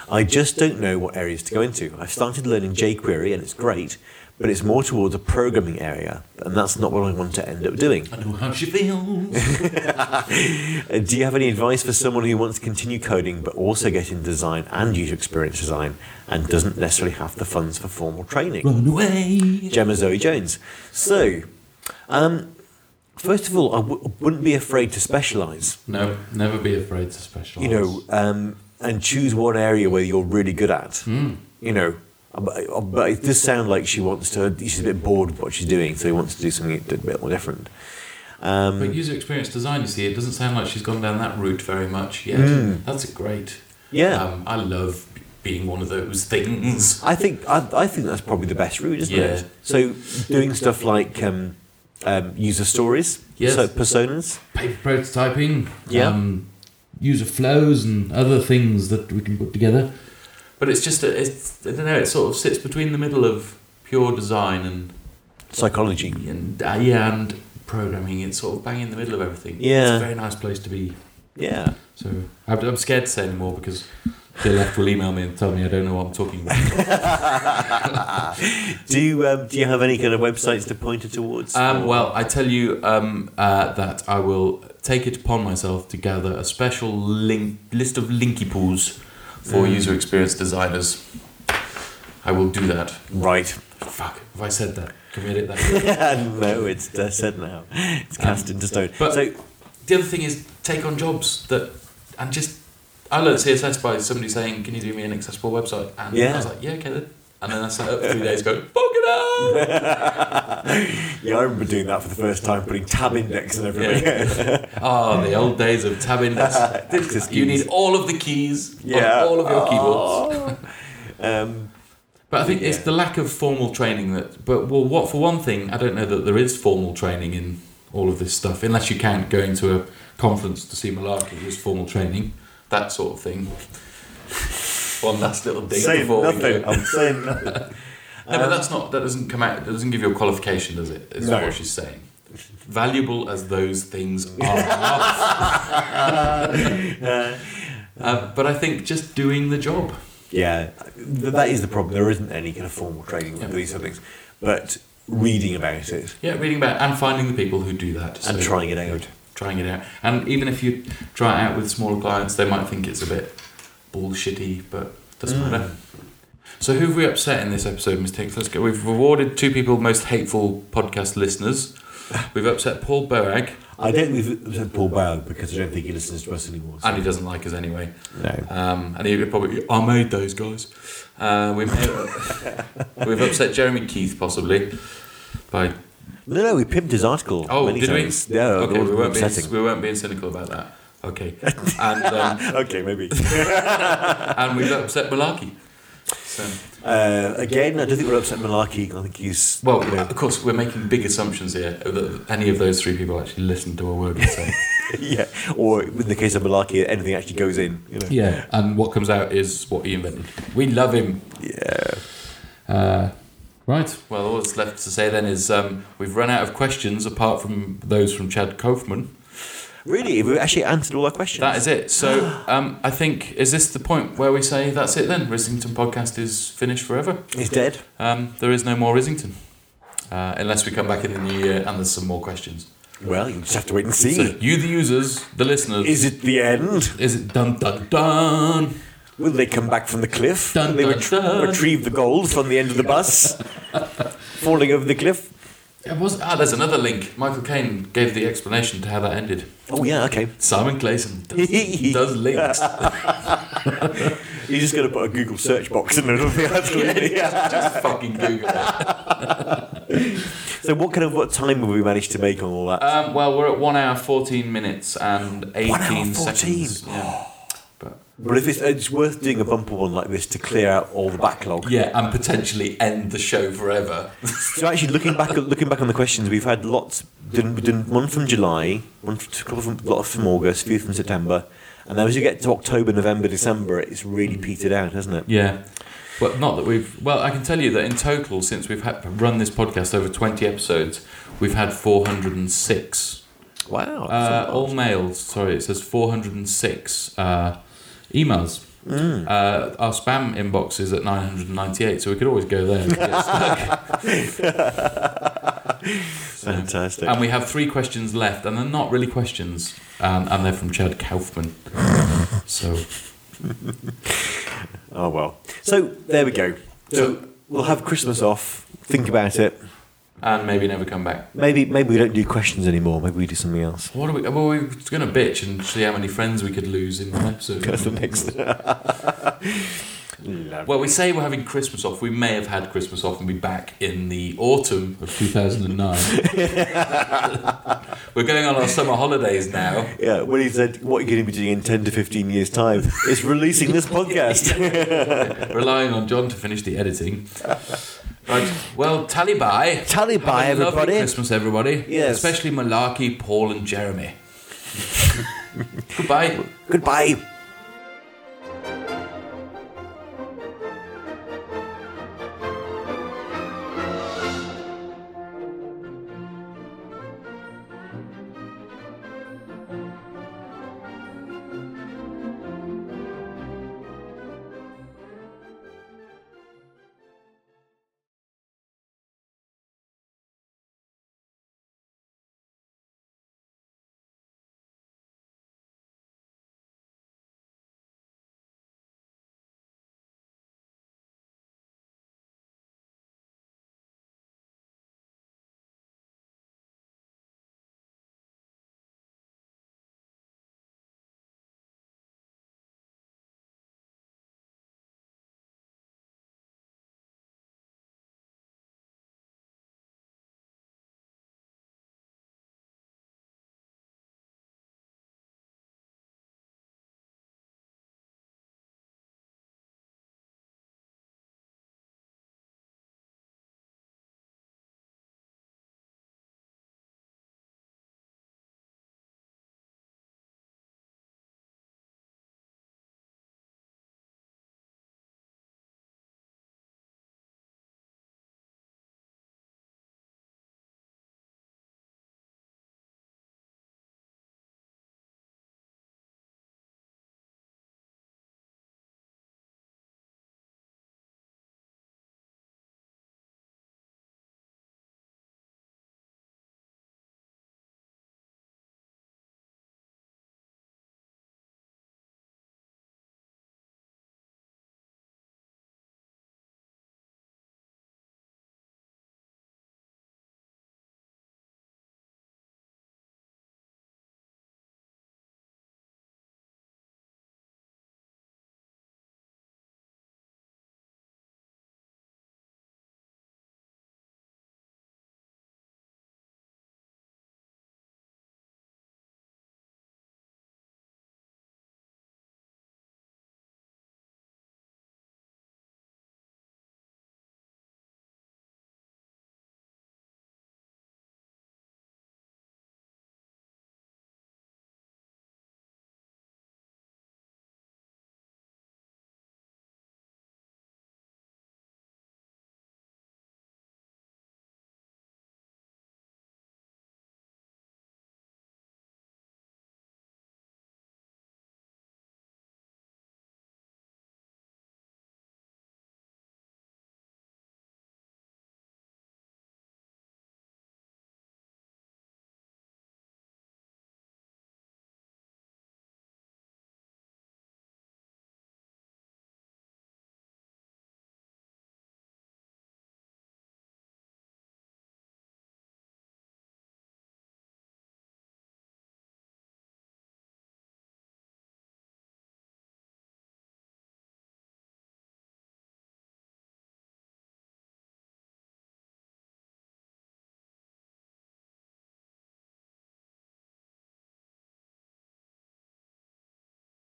I just don't know what areas to go into. I've started learning jQuery and it's great, but it's more towards a programming area, and that's not what I want to end up doing.
I know how she feels.
Uh, Do you have any advice for someone who wants to continue coding but also get in design and user experience design and doesn't necessarily have the funds for formal training?
Run away.
Gemma Zoe Jones. So, um, first of all, I w- wouldn't be afraid to specialise,
no, never be afraid to specialise.
you know, um, and choose one area where you're really good at.
Hmm.
You know, uh, but uh, but it does sound like she wants to, she's a bit bored with what she's doing, so she wants to do something a bit more different. Um,
But
mm.
user experience design, you see, it doesn't sound like she's gone down that route very much yet. That's great.
Mm. Yeah.
Um, I love b- being one of those things.
I think I, I think that's probably the best route, isn't
Yeah.
it? So doing stuff like um, um, user stories,
Yes.
so personas.
Paper prototyping.
Yeah.
Um, user flows and other things that we can put together.
But it's just, a, it's, I don't know, it sort of sits between the middle of pure design and,
psychology.
and uh, yeah, and programming. It's sort of bang in the middle of everything. It's
Yeah.
a very nice place to be.
Yeah,
So I'm, I'm scared to say any more because the left will email me and tell me I don't know what I'm talking about.
do you um, do you have any kind of websites to point her towards?
Um, well, I tell you um, uh, that I will take it upon myself to gather a special link list of linky pools for
Mm.
user experience designers. I will do that.
right.
Fuck, have I said that? Can we edit that?
no, it's uh, said now. It's cast into stone.
Um, But
so
the other thing is take on jobs that and just I learned CSS by somebody saying, "Can you do me an accessible website?" And I
Yeah.
was like, "Yeah, okay." Then. And then I sat up three days going, "Fuck it up!"
yeah, I remember doing that for the first time, putting tab index and everything.
Ah, the old days of tab index.
Just
you
keys.
need all of the keys
Yeah.
on all of your keyboards.
um,
But I think it's the lack of formal training that. But well, what for one thing, I don't know that there is formal training in all of this stuff, unless you count going to a conference to see malarkey as formal training, that sort of thing. one last little dig
saying
before we
nothing. Um,
go.
I'm saying nothing.
No, but that's not. That doesn't come out. That doesn't give you a qualification, does it? Is
No.
what she's saying. Valuable as those things are. uh, but I think just doing the job.
Yeah, th- that is the problem. There isn't any kind of formal training for these sort of things, but reading about it
Yeah, reading about and finding the people who do that
and
so-
trying it out.
trying it out. And even if you try it out with smaller clients, they might think it's a bit bullshitty, but doesn't matter. So who have we upset in this episode, Miss Tix? Let's go. We've rewarded two people most hateful podcast listeners. We've upset Paul Boag,
I don't think we've said Paul Bowd because I don't think he listens to us anymore. so-
and he doesn't like us anyway.
No.
Um, and he would probably, I made those guys. Uh, we may- we've upset Jeremy Keith possibly by.
No, no, we pimped his article.
Oh,
many
did
times.
we?
Yeah,
okay,
all
we weren't, being,
upsetting.
we weren't being cynical about that. Okay, and um,
Okay, maybe.
and we've upset Malarkey. So,
uh, again, I don't think we're upset Malarkey. I think he's
well,
you know,
of course, we're making big assumptions here that any of those three people actually listened to a word we say.
yeah. Or in the case of Malarkey, anything actually goes in. You know.
Yeah.
and what comes out is what he invented. We love him. Uh,
Yeah.
Right.
Well, all that's left to say then is um, we've run out of questions apart from those from Chad Kaufman.
Really, we actually answered all our questions.
That is it. So um, I think, is this the point where we say that's it then? Risington podcast is finished forever.
He's dead.
Um, there is no more Risington. Uh, unless we come back in the new year and there's some more questions.
Well, you just have to wait and see.
So you, the users, the listeners,
is it the end?
Is it dun dun dun?
Will they come back from the cliff?
Dun,
Will they
dun,
ret-
dun.
retrieve the gold from the end of the bus, falling over the cliff.
It was ah. There's another link. Michael Caine gave the explanation to how that ended.
Oh yeah, okay.
Simon Clayson does, does links.
You're just gonna put a Google search box in the middle of the article.
Just fucking Google it.
So what kind of what time have we managed to make on all that?
Um, well, we're at one hour fourteen minutes and eighteen
hour 14?
seconds. Yeah. But,
but if it's, it's worth doing a bumper one like this to clear out all the backlog.
yeah, and potentially end the show forever.
So actually, looking back, looking back on the questions, we've had lots. Done, we've done one from July, one from, a couple from, lot from August, a few from September, and then as you get to October, November, December, it's really petered out, hasn't it?
yeah. Well, not that we've. Well, I can tell you that in total, since we've ha- run this podcast over twenty episodes, we've had four hundred and six
Wow.
Uh, all mails. Sorry, it says 406 uh, emails. Uh, our spam inbox is at 998, so we could always go there. if we get stuck. So-
Fantastic.
And we have three questions left, and they're not really questions, um, and they're from Chad Kaufman. So
Oh well. So there we go. So we'll have Christmas off. Think about it.
and maybe never come back.
Maybe maybe we don't do questions anymore. Maybe we do something else.
What are we? Well, we're gonna bitch and see how many friends we could lose in one episode.
That's the next.
Well, we say we're having Christmas off. We may have had Christmas off and be back in the autumn of 2009. we're going on our summer holidays now.
Yeah, when he said, "What are you going to be doing in ten to fifteen years' time?" It's releasing this podcast.
Relying on John to finish the editing. Right. Well, tally bye.
Tally bye,
Have a lovely
everybody.
Christmas, everybody.
Yes.
Especially Malarkey, Paul, and Jeremy. Goodbye.
Goodbye.